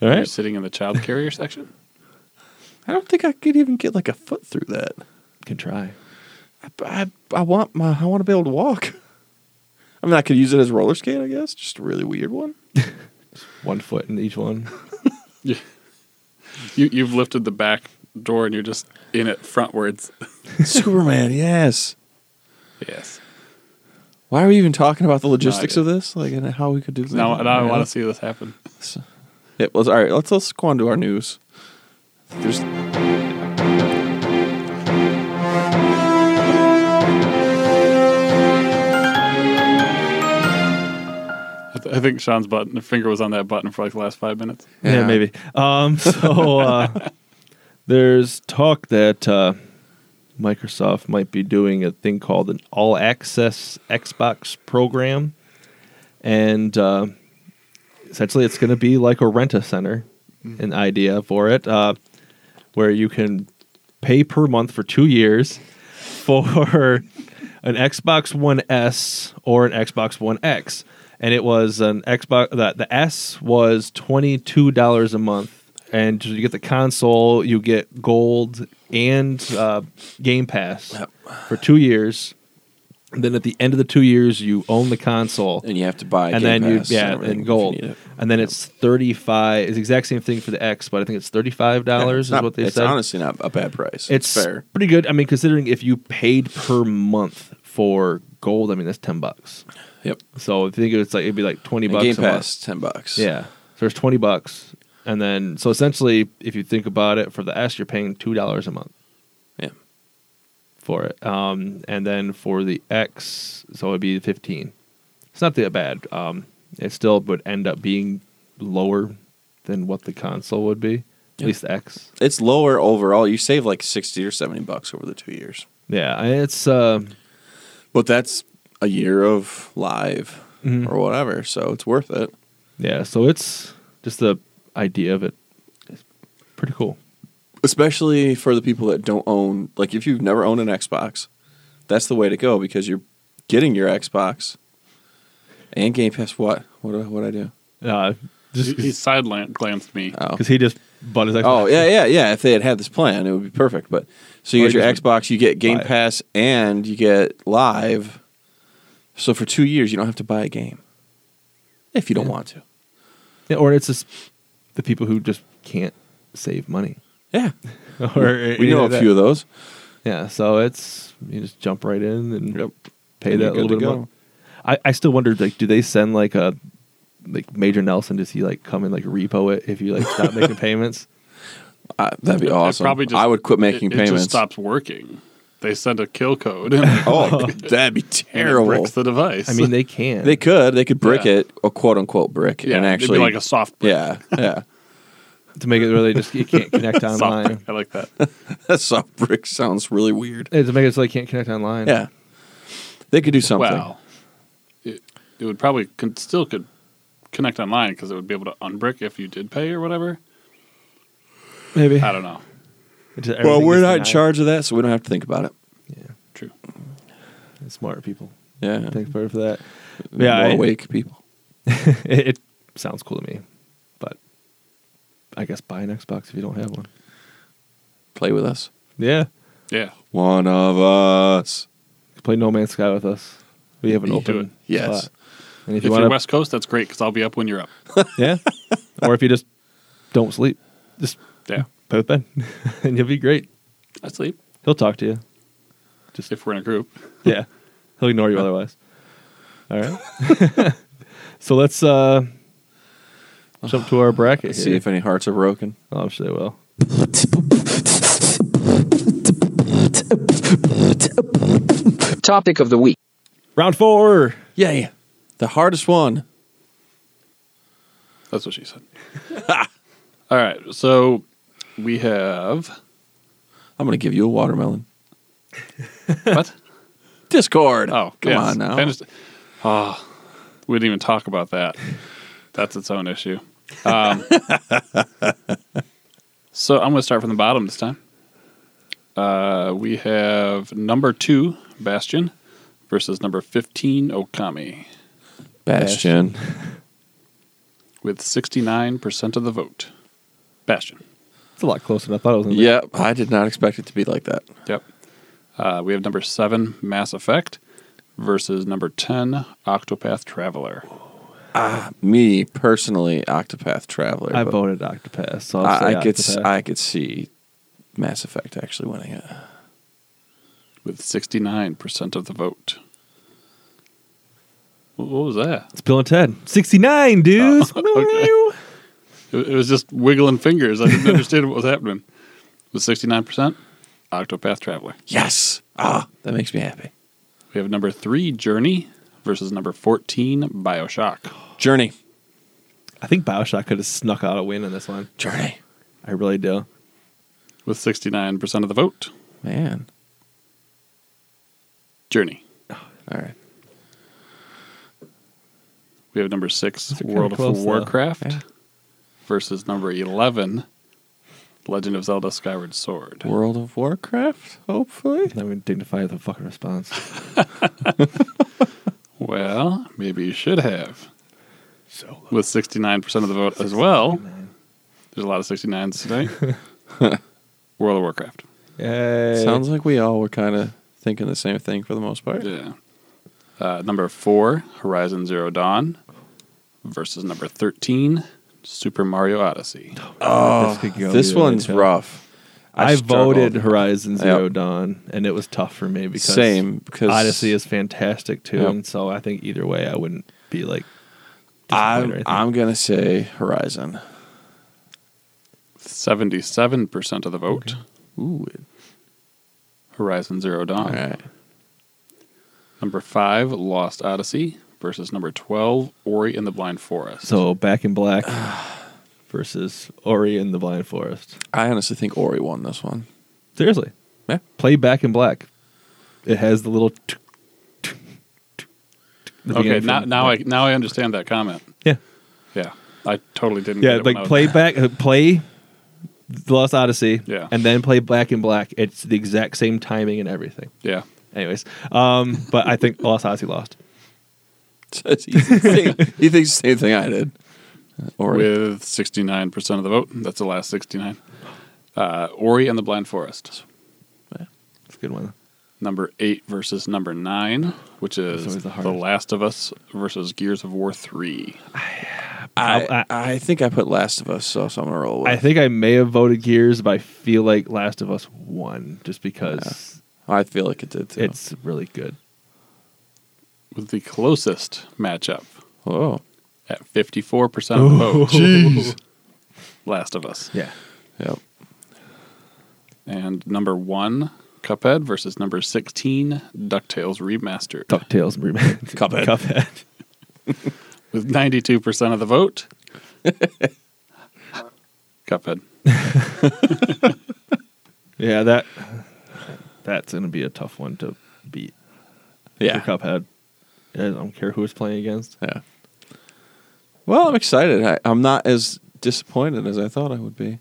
Speaker 1: all
Speaker 3: You're
Speaker 1: right,
Speaker 3: sitting in the child carrier section.
Speaker 2: I don't think I could even get like a foot through that.
Speaker 1: can try.
Speaker 2: I, I, I want my I want to be able to walk. I mean, I could use it as a roller skate, I guess. Just a really weird one.
Speaker 1: One foot in each one.
Speaker 3: You, you you've lifted the back door and you're just in it frontwards.
Speaker 2: Superman, yes.
Speaker 3: Yes.
Speaker 2: Why are we even talking about the logistics
Speaker 3: idea.
Speaker 2: of this? Like, and how we could do this?
Speaker 3: Now, now I want to see this happen.
Speaker 2: see. Yep. Let's all right. Let's let's go on to our news. There's
Speaker 3: I, th- I think Sean's button, finger was on that button for like the last five minutes.
Speaker 1: Yeah,
Speaker 2: Yeah.
Speaker 1: maybe. Um, so uh, there's talk that uh, Microsoft might be doing a thing called an all access Xbox program. And uh, essentially, it's going to be like a rent a center, an idea for it, uh, where you can pay per month for two years for an Xbox One S or an Xbox One X, and it was an Xbox. The, the S was twenty two dollars a month, and you get the console, you get gold and uh, Game Pass for two years. And then at the end of the two years, you own the console
Speaker 2: and you have to buy
Speaker 1: and
Speaker 2: Game
Speaker 1: then you
Speaker 2: Pass
Speaker 1: yeah
Speaker 2: everything
Speaker 1: and
Speaker 2: if
Speaker 1: gold
Speaker 2: you need it.
Speaker 1: and then it's 35 it's the exact same thing for the x but i think it's $35 is
Speaker 2: It's not-
Speaker 1: what they
Speaker 2: it's
Speaker 1: said
Speaker 2: honestly not a bad price.
Speaker 1: it's
Speaker 2: fair.
Speaker 1: pretty good i mean considering if you paid per month for gold i mean that's 10 bucks
Speaker 2: Yep.
Speaker 1: so if you think it's like it'd be like 20
Speaker 2: And
Speaker 1: bucks
Speaker 2: Game
Speaker 1: a month.
Speaker 2: Pass, ten bucks.
Speaker 1: yeah so there's 20 bucks and then so essentially if you think about it for the s you're paying $2 a month
Speaker 2: Yeah.
Speaker 1: for it um, and then for the x so it'd be 15 it's not that bad. Um, it still would end up being lower than what the console would be. At
Speaker 2: Yeah.
Speaker 1: least the X.
Speaker 2: It's lower overall. You save like sixty or seventy bucks over the two years.
Speaker 1: Yeah, I- it's uh,
Speaker 2: But that's a year of live
Speaker 1: Mhm.
Speaker 2: or whatever, so it's worth it.
Speaker 1: yeah. So it's just the idea of it. It's pretty cool.
Speaker 2: Especially for the people that don't own like if you've never owned an Xbox, that's the way to go because you're getting your Xbox and Game Pass what? What do- what I do?
Speaker 1: Uh, just
Speaker 3: He, he side lan- glanced me.
Speaker 2: Oh.
Speaker 1: because he just bought his Xbox.
Speaker 2: Oh yeah, yeah, yeah. If they had had this plan, it would be perfect. But so you
Speaker 1: Or
Speaker 2: get
Speaker 1: you
Speaker 2: your
Speaker 1: just
Speaker 2: Xbox, you get Game
Speaker 1: buy it.
Speaker 2: Pass, and you get Live. So for two years, you don't have to buy a game if you don't want to.
Speaker 1: Yeah, or it's just the people who just can't save money.
Speaker 2: Yeah,
Speaker 1: or
Speaker 2: we know a few of those.
Speaker 1: Yeah, so it's you just jump right in and pay
Speaker 2: And
Speaker 1: that little
Speaker 2: you're good
Speaker 1: bit
Speaker 2: to
Speaker 1: of
Speaker 2: go.
Speaker 1: money. I, I still wondered like, do they send like a like Major Nelson? Does he like come and like repo it if you like stop making payments?
Speaker 2: Uh, that'd be
Speaker 3: It
Speaker 2: awesome.
Speaker 3: probably just-
Speaker 2: I would quit making
Speaker 3: it, It
Speaker 2: payments.
Speaker 3: just stops working. They send a kill code and, and
Speaker 2: Oh, that'd be
Speaker 3: it
Speaker 2: terrible.
Speaker 3: bricks the device.
Speaker 1: I mean, they can.
Speaker 2: They could, they could brick
Speaker 3: Yeah.
Speaker 2: it, a quote unquote brick,
Speaker 3: yeah,
Speaker 2: and
Speaker 3: it'd be
Speaker 2: actually,
Speaker 3: like a soft brick.
Speaker 2: yeah, yeah.
Speaker 1: to make it really just you can't connect
Speaker 3: Soft
Speaker 1: online.
Speaker 3: brick. I like that.
Speaker 2: that soft brick sounds really weird.
Speaker 1: Yeah, to make it so they can't connect online.
Speaker 2: Yeah, they could do something.
Speaker 3: Well, it, it would probably con- still could connect online because it would be able to unbrick if you did pay or whatever.
Speaker 1: maybe.
Speaker 3: I don't know.
Speaker 1: It's just
Speaker 2: Well,
Speaker 1: everything
Speaker 2: we're
Speaker 1: is
Speaker 2: not in
Speaker 1: denied.
Speaker 2: charge of that, so we don't have to think about it.
Speaker 3: True.
Speaker 1: Smart people.
Speaker 2: Yeah,
Speaker 1: Thanks for for that.
Speaker 2: yeah,
Speaker 1: Yeah, I-
Speaker 2: awake people.
Speaker 1: It, it sounds cool to me, but I guess buy an Xbox if you don't have one.
Speaker 2: Play with us.
Speaker 1: Yeah,
Speaker 3: Yeah.
Speaker 2: One of us.
Speaker 1: play No Man's Sky with us. We have an
Speaker 3: You do it.
Speaker 1: open
Speaker 2: Yes.
Speaker 1: spot. And
Speaker 3: If,
Speaker 1: if, you
Speaker 3: you are
Speaker 1: want to
Speaker 3: West Coast, that's great because I'll be up when you're up.
Speaker 1: Yeah. or if you just don't sleep, just
Speaker 3: Yeah.
Speaker 1: play with Ben, and you'll be great.
Speaker 3: I sleep
Speaker 1: He'll talk to you.
Speaker 3: if we're in a group.
Speaker 1: Yeah, he'll ignore you otherwise. All right. so let's uh, jump to our bracket.
Speaker 2: Let's
Speaker 1: here.
Speaker 2: see if any hearts are broken.
Speaker 1: Oh, I'm sure they will.
Speaker 6: Topic of the week.
Speaker 1: Round four.
Speaker 2: Yay. The hardest one.
Speaker 3: That's what she said. All right. So we have
Speaker 2: I'm going to give you a watermelon.
Speaker 3: what?
Speaker 2: Discord.
Speaker 3: Oh,
Speaker 2: come
Speaker 3: yes.
Speaker 2: on now.
Speaker 3: I understand. Oh, we didn't even talk about that. That's its own issue. Um, so I'm going to start from the bottom this time. Uh, we have number two, Bastion, versus number 15, Okami,
Speaker 2: Bastion.
Speaker 3: with 69% of the vote. Bastion.
Speaker 1: It's a lot closer than I thought it was. Gonna be.
Speaker 2: Yep. I did not expect it to be like that.
Speaker 3: Yep. Uh, we have number seven, Mass Effect, versus number 10, Octopath Traveler.
Speaker 2: Me personally, Octopath Traveler.
Speaker 1: I
Speaker 2: but
Speaker 1: voted Octopass. So I'll
Speaker 2: I,
Speaker 1: say
Speaker 2: I could s-
Speaker 1: Octopass.
Speaker 2: I could see Mass Effect actually winning it.
Speaker 3: with 69% of the vote. Wh- What was that?
Speaker 1: it's Bill and Ted. 69,
Speaker 2: Oh,
Speaker 1: dudes.
Speaker 3: okay. It it was just wiggling fingers. I didn't understand what was happening. With 69%, Octopath Traveler.
Speaker 2: Yes. Ah, that makes me happy.
Speaker 3: We have number three, Journey, versus number 14, Bioshock.
Speaker 2: Journey.
Speaker 1: I think Bioshock could have snuck out a win on this one.
Speaker 2: Journey.
Speaker 1: I really do.
Speaker 3: with 69% of the vote.
Speaker 2: Man.
Speaker 3: Journey.
Speaker 2: All right.
Speaker 3: We have number six,
Speaker 1: are kinda
Speaker 3: World of
Speaker 1: close, though.
Speaker 3: Warcraft,
Speaker 2: Yeah.
Speaker 3: versus number 11, Legend of Zelda Skyward Sword.
Speaker 2: World of Warcraft, hopefully.
Speaker 1: I'm going to dignify the fucking response.
Speaker 3: Well, maybe you should have. So with 69% of the vote as well. There's a lot of 69s today. World of Warcraft.
Speaker 1: Yay.
Speaker 2: Sounds like we all were kind of thinking the same thing for the most part.
Speaker 3: Yeah. Uh, number four, Horizon Zero Dawn, versus number 13, Super Mario Odyssey.
Speaker 1: oh, this, could go
Speaker 2: This
Speaker 1: either way,
Speaker 2: one's
Speaker 1: too.
Speaker 2: rough.
Speaker 1: I,
Speaker 2: struggled.
Speaker 1: voted Horizon Zero
Speaker 2: Yep.
Speaker 1: Dawn, and it was tough for me because
Speaker 2: Same, because-
Speaker 1: Odyssey is fantastic too,
Speaker 2: Yep.
Speaker 1: and so I think either way I wouldn't be like. disappointed or
Speaker 2: I'm,
Speaker 1: anything.
Speaker 2: I'm going to say Horizon.
Speaker 3: 77% of the vote.
Speaker 2: Ooh. it-
Speaker 3: Horizon Zero
Speaker 2: All
Speaker 3: Dawn.
Speaker 2: right.
Speaker 3: Number five, Lost Odyssey versus number 12, Ori and the Blind Forest.
Speaker 1: so Back in Black versus Ori in the Blind Forest.
Speaker 2: I honestly think Ori won this one.
Speaker 1: Seriously,
Speaker 2: Yeah.
Speaker 1: play Back in Black. It has the little. T- t- t- the
Speaker 3: okay,
Speaker 1: beginning
Speaker 3: now,
Speaker 1: from-
Speaker 3: now, I, now I understand that comment.
Speaker 1: yeah
Speaker 3: Yeah. I totally didn't
Speaker 1: yeah
Speaker 3: get it when I
Speaker 1: like
Speaker 3: was-
Speaker 1: play back uh, play the Lost Odyssey
Speaker 3: Yeah.
Speaker 1: and then play Black in Black. It's the exact same timing and everything.
Speaker 3: Yeah.
Speaker 1: Anyways, um, but I think Lost Odyssey lost.
Speaker 2: Says he, thinks- he thinks the same thing I did. Uh, Ori.
Speaker 3: With 69% of the vote. That's the last 69. Uh, Ori and the Blind Forest.
Speaker 1: It's a good one.
Speaker 3: Number eight versus number nine, which is
Speaker 1: always the
Speaker 3: the,
Speaker 1: hardest.
Speaker 3: Last of Us versus Gears of War 3.
Speaker 2: I,
Speaker 1: I-
Speaker 2: I think I put Last of Us, so, so I'm going to roll with
Speaker 1: I think I may have voted Gears, but I feel like Last of Us won just because
Speaker 2: I feel like it did too.
Speaker 1: it's really good.
Speaker 3: With the closest matchup
Speaker 2: oh
Speaker 3: at 54% of the vote. Jeez. Last of Us.
Speaker 1: Yeah.
Speaker 2: yep.
Speaker 3: And number one, Cuphead versus number 16, DuckTales Remastered.
Speaker 1: DuckTales and Remastered.
Speaker 2: Cuphead.
Speaker 1: Cuphead.
Speaker 3: With 92% of the vote. Cuphead.
Speaker 1: Yeah, that that's gonna be a tough one to beat.
Speaker 2: Yeah.
Speaker 1: For Cuphead. I don't care who it's playing against.
Speaker 2: Yeah. Well, I'm excited. I, I'm not as disappointed as I thought I would be.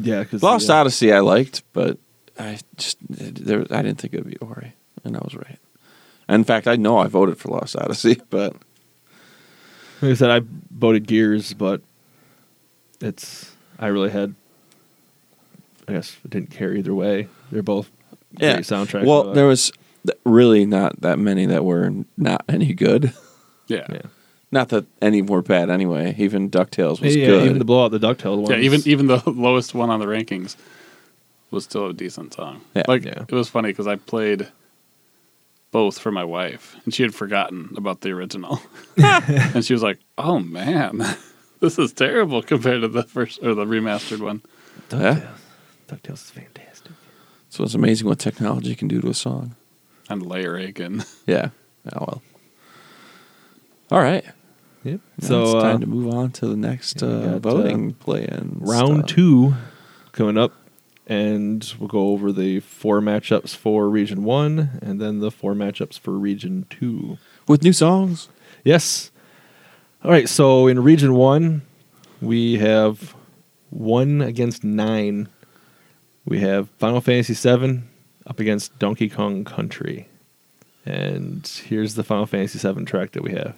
Speaker 1: Yeah, because
Speaker 2: Mm-hmm. Lost
Speaker 1: yeah.
Speaker 2: Odyssey, I liked, but I just there, I didn't think it would be Ori, and I was right. In fact, I know I voted for Lost Odyssey, but
Speaker 1: Like I said, I voted Gears, but it's I really had. I guess it didn't care either way. They're both
Speaker 2: yeah,
Speaker 1: great soundtracks.
Speaker 2: Well,
Speaker 1: but-
Speaker 2: there was th- really not that many that were not any good.
Speaker 3: Yeah.
Speaker 1: yeah.
Speaker 3: Yeah,
Speaker 2: Not that any were bad anyway. Even Ducktales was
Speaker 1: Yeah,
Speaker 2: good.
Speaker 1: even the blowout, the Ducktales one.
Speaker 3: even even the lowest one on the rankings was still a decent song.
Speaker 2: Yeah.
Speaker 3: like
Speaker 1: Yeah.
Speaker 3: it was funny because I played both for my wife and she had forgotten about the original. and she was like, "Oh man, this is terrible compared to the first or the remastered one."
Speaker 2: yeah.
Speaker 1: Ducktales is fantastic.
Speaker 2: So it's amazing what technology can do to a song.
Speaker 3: And Layer Aiken.
Speaker 2: Yeah. Oh well. All right.
Speaker 1: Yep.
Speaker 2: Now
Speaker 1: so
Speaker 2: it's
Speaker 1: uh,
Speaker 2: time to move on to the next
Speaker 1: yeah, we
Speaker 2: uh,
Speaker 1: got,
Speaker 2: voting play in
Speaker 1: round two coming up, and we'll go over the four matchups for Region One, and then the four matchups for Region Two.
Speaker 2: with new songs.
Speaker 1: Yes. All right. So in Region One, we have one against nine. We have Final Fantasy VII up against Donkey Kong Country, and here's the Final Fantasy VII track that we have.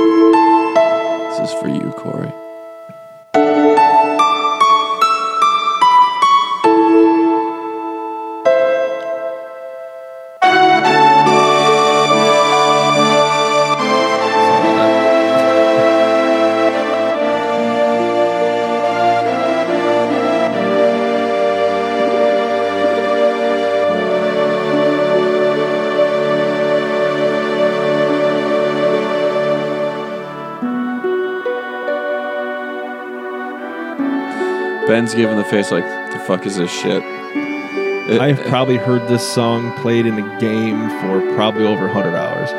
Speaker 2: This is for you, Corey. Ben's giving the face like, "The fuck is this shit?" Uh,
Speaker 1: I have probably heard this song played in a game for probably over 100 hours.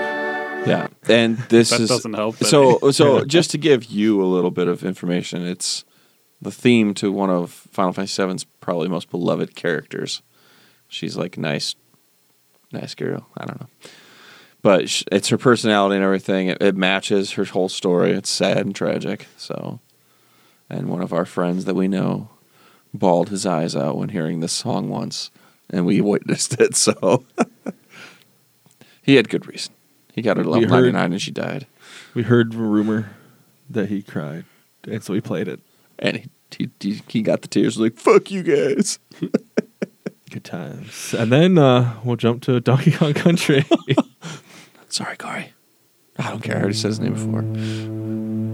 Speaker 2: Yeah, and this
Speaker 3: That
Speaker 2: is
Speaker 3: doesn't help, but-
Speaker 2: So, so just to give you a little bit of information, it's the theme to one of Final Fantasy VII's probably most beloved characters. She's like nice, nice girl. I don't know, but sh- it's her personality and everything. It, it matches her whole story. It's sad and tragic. So, and one of our friends that we know bawled his eyes out when hearing this song once, and we witnessed it. So, he had good reason. He got her to
Speaker 1: We
Speaker 2: level
Speaker 1: heard-
Speaker 2: ninety nine, and she died.
Speaker 1: We heard a rumor that he cried, and so we played it.
Speaker 2: and he he, he, he got the tears like fuck you guys
Speaker 1: Good times. And then uh, we'll jump to Donkey Kong Country.
Speaker 2: sorry Corey I don't care I already said his name before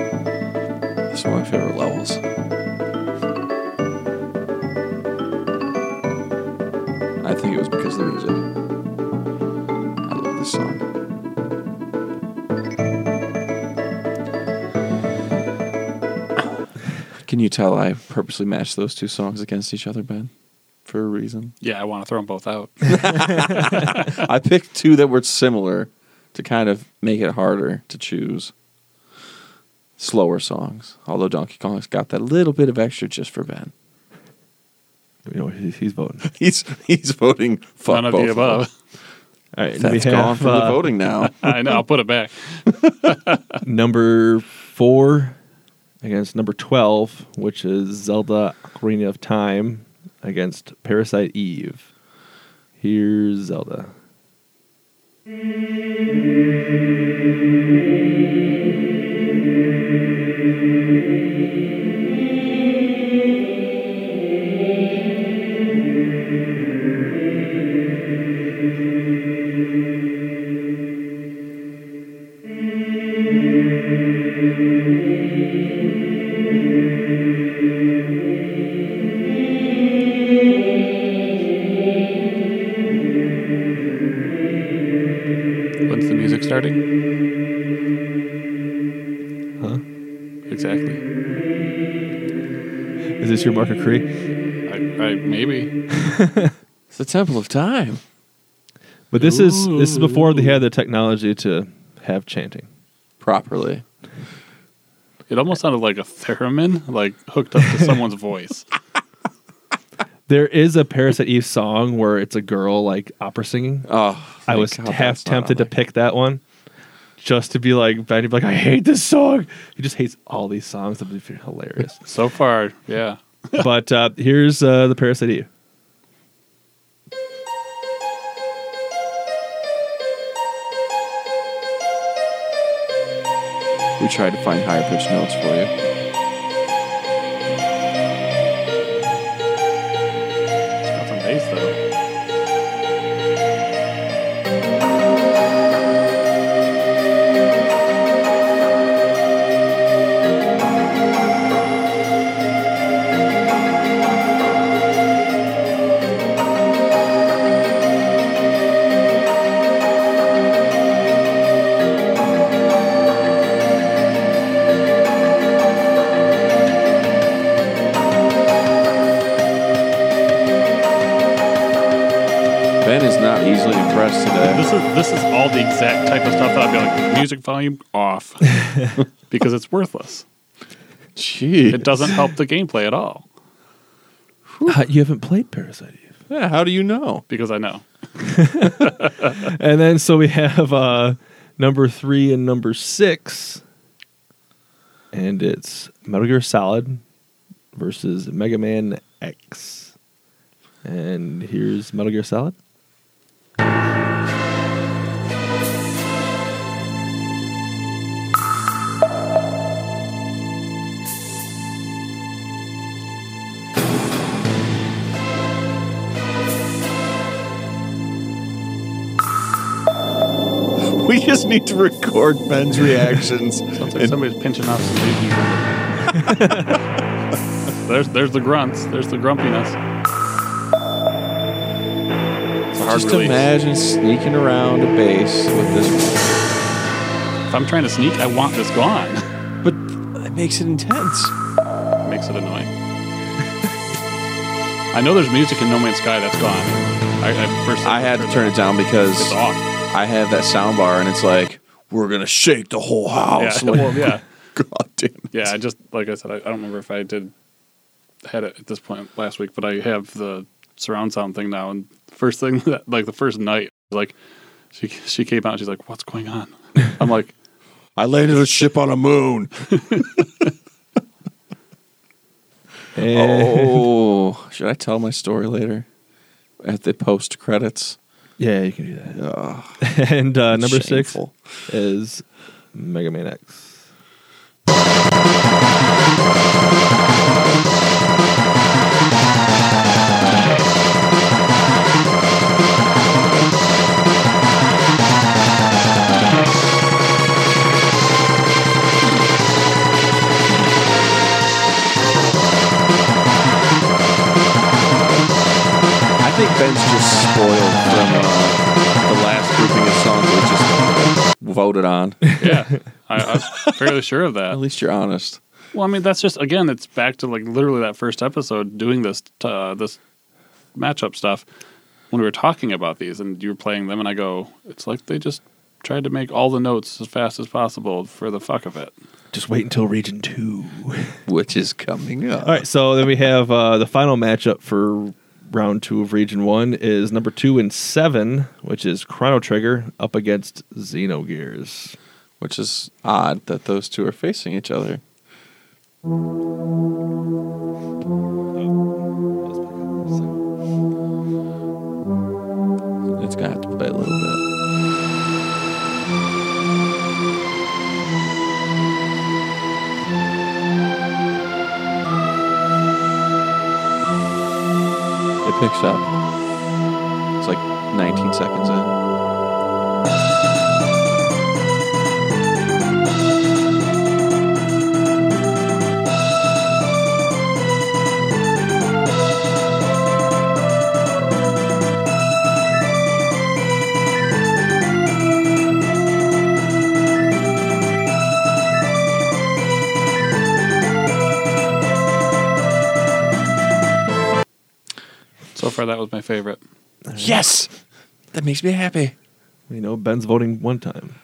Speaker 2: it's one of my favorite levels I think it was because of the music I love this song can you tell I purposely matched those two songs against each other Ben for a reason
Speaker 3: Yeah, I want to throw them both out.
Speaker 2: I picked two that were similar to kind of make it harder to choose slower songs. Although Donkey Kong's got that little bit of extra just for Ben.
Speaker 1: you know, he's, he's voting.
Speaker 2: He's he's voting fuck
Speaker 3: None of
Speaker 2: both
Speaker 3: the above.
Speaker 1: All right, and
Speaker 2: That's
Speaker 1: we have,
Speaker 2: gone from the
Speaker 1: uh,
Speaker 2: voting now.
Speaker 3: I know. I'll put it back.
Speaker 1: number four against number 12, which is Zelda Ocarina of Time against Parasite Eve. Here's Zelda.
Speaker 3: When's the music starting?
Speaker 1: Huh?
Speaker 3: Exactly.
Speaker 1: Is this your marker Cree?
Speaker 3: I, I maybe.
Speaker 2: It's the Temple of Time.
Speaker 1: But this is this is before they had the technology to have chanting.
Speaker 2: Properly.
Speaker 3: It almost sounded like a theremin, like hooked up to someone's voice.
Speaker 1: There is a Parasite Eve song where it's a girl like opera singing.
Speaker 2: Oh
Speaker 1: I
Speaker 2: thank
Speaker 1: was
Speaker 2: God
Speaker 1: half
Speaker 2: that's not on
Speaker 1: tempted to
Speaker 2: there.
Speaker 1: pick that one just to be like Benny, be like I hate this song. He just hates all these songs. That'd be hilarious.
Speaker 3: So far, yeah.
Speaker 1: but uh, here's uh, the Parasite Eve.
Speaker 2: We tried to find higher pitched notes for you.
Speaker 3: It's got some bass though.
Speaker 2: Ben is not easily impressed today.
Speaker 3: This is this is all the exact type of stuff that I'd be like music volume off because it's worthless.
Speaker 2: Gee.
Speaker 3: It doesn't help the gameplay at all
Speaker 1: Uh, you haven't played Parasite Eve.
Speaker 2: Yeah, how do you know?
Speaker 3: because I know.
Speaker 1: And then so we have uh, number three and number six, and it's Metal Gear Solid versus Mega Man X. And here's Metal Gear Solid.
Speaker 2: just need to record Ben's reactions.
Speaker 3: Sounds like somebody's pinching off some baby. there's there's the grunts. There's the grumpiness. It's a hard
Speaker 2: just
Speaker 3: release.
Speaker 2: imagine sneaking around a base with this,
Speaker 3: If I'm trying to sneak, I want this gone.
Speaker 2: but it makes it intense.
Speaker 3: Makes it annoying. I know there's music in No Man's Sky that's gone. I, I, first
Speaker 2: I had to
Speaker 3: heard
Speaker 2: turn
Speaker 3: that.
Speaker 2: it down because
Speaker 3: It's off.
Speaker 2: I have that sound bar, and it's like we're gonna shake the whole house.
Speaker 3: Yeah,
Speaker 2: Like,
Speaker 3: well, yeah.
Speaker 2: God damn. It.
Speaker 3: Yeah, I just like I said, I, I don't remember if I did had it at this point last week, but I have the surround sound thing now. And first thing, that, like the first night, like she she came out, and she's like, "What's going on?" I'm like,
Speaker 2: I landed a ship on a moon.
Speaker 1: And-
Speaker 2: oh, should I tell my story later at the post credits?
Speaker 1: Yeah, you can do that. and uh, number
Speaker 2: Shameful.
Speaker 1: six is Mega Man X.
Speaker 2: I think Ben's just spoiled from uh, the last grouping of songs we just voted on.
Speaker 3: "Yeah, I, I was fairly sure of
Speaker 2: At
Speaker 3: that."
Speaker 2: least you're honest.
Speaker 3: Well, I mean, that's just again, it's back to like literally that first episode doing this uh, this matchup stuff when we were talking about these, and you were playing them, and I go, "It's like they just." Tried to make all the notes as fast as possible for the fuck of it.
Speaker 1: Just wait until region two.
Speaker 2: Which is coming up.
Speaker 1: All right, so then we have uh, the final matchup for round two of region one is number two and seven, which is Chrono Trigger up against Xenogears.
Speaker 2: Which is odd that those two are facing each other. It's gonna have to play a little bit. It picks up. It's like 19 seconds in.
Speaker 3: So far, that was my favorite.
Speaker 2: Yes! That makes me happy.
Speaker 1: You know, Ben's voting one time.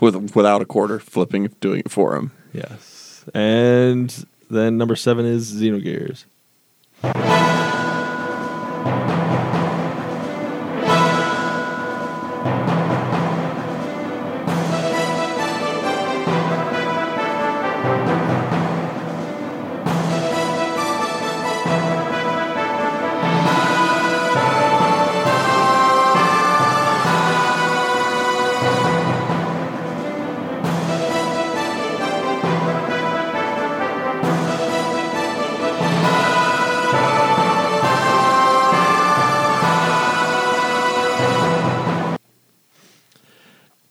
Speaker 2: With, without a quarter, flipping, doing it for him.
Speaker 1: Yes. And then number seven is Xenogears.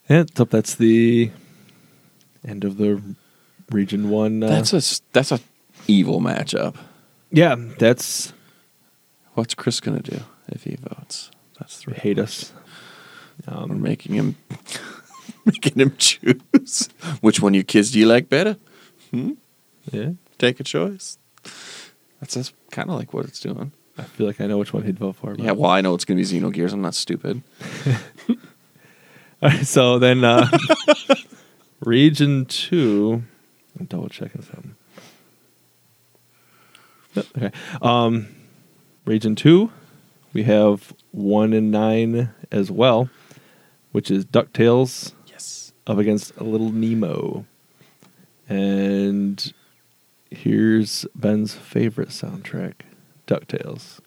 Speaker 1: And so that's the end of the region one. Uh,
Speaker 2: That's a s- that's a evil matchup.
Speaker 1: yeah, that's
Speaker 2: What's Chris gonna do if he votes? That's
Speaker 1: they
Speaker 2: three.
Speaker 1: hate us. Um,
Speaker 2: We're making him making him choose which one of your kids do you like better.
Speaker 1: Yeah,
Speaker 2: Take a choice. That's, that's kind of like what it's doing.
Speaker 1: I feel like I know which one he'd vote for. but-
Speaker 2: Yeah, well, I know it's gonna be Xenogears. I'm not stupid.
Speaker 1: All right, so then uh, region two. I'm double checking something. Yep, Okay. Um, region two, we have one and nine as well, which is Ducktales
Speaker 2: Yes.
Speaker 1: up against Little Nemo, and here's Ben's favorite soundtrack, Ducktales.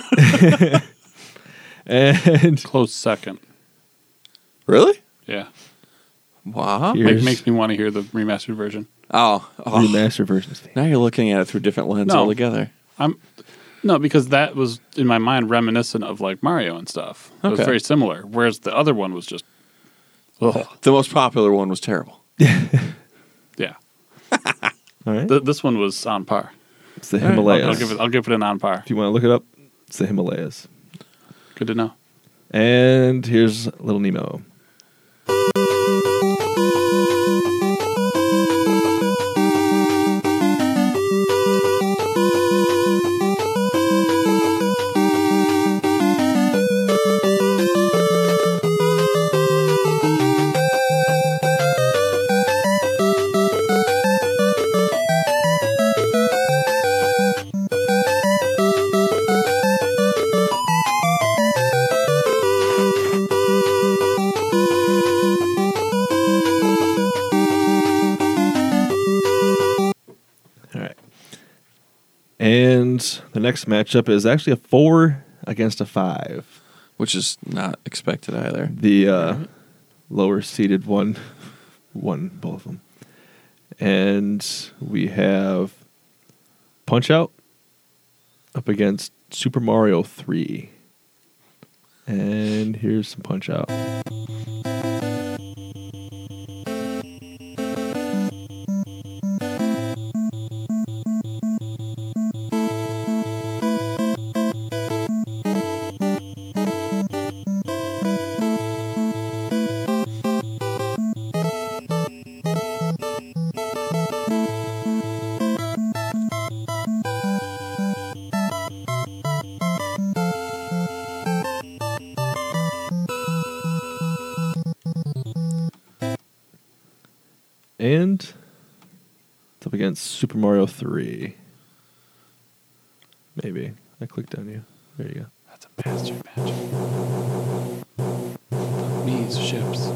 Speaker 1: and
Speaker 3: Close second.
Speaker 2: Really?
Speaker 3: Yeah.
Speaker 2: Wow.
Speaker 1: Here.
Speaker 3: It
Speaker 1: Here's-
Speaker 3: makes me want to hear the remastered version.
Speaker 2: Oh, oh.
Speaker 1: remaster versions.
Speaker 2: now you're looking at it through different lens
Speaker 3: No.
Speaker 2: altogether.
Speaker 3: I'm no, because that was in my mind reminiscent of like Mario and stuff. It was
Speaker 2: Okay.
Speaker 3: very similar. Whereas the other one was just ugh.
Speaker 2: The most popular one was terrible.
Speaker 3: Yeah.
Speaker 1: All right,
Speaker 3: Th- this one was on par.
Speaker 1: it's the
Speaker 2: right, I'll- I'll
Speaker 1: Himalayas.
Speaker 3: I'll give it I'll give it an on par.
Speaker 1: if you want to look it up, it's the Himalayas.
Speaker 3: Good to know.
Speaker 1: And here's Little Nemo. All right. And the next matchup is actually a four against a five.
Speaker 2: Which is not expected either.
Speaker 1: The uh, lower seeded one won both of them. And we have Punch Out up against Super Mario 3. And here's some Punch Out. And it's up against Super Mario 3. Maybe. I clicked on you. There you go.
Speaker 3: That's a bastard match. These ships.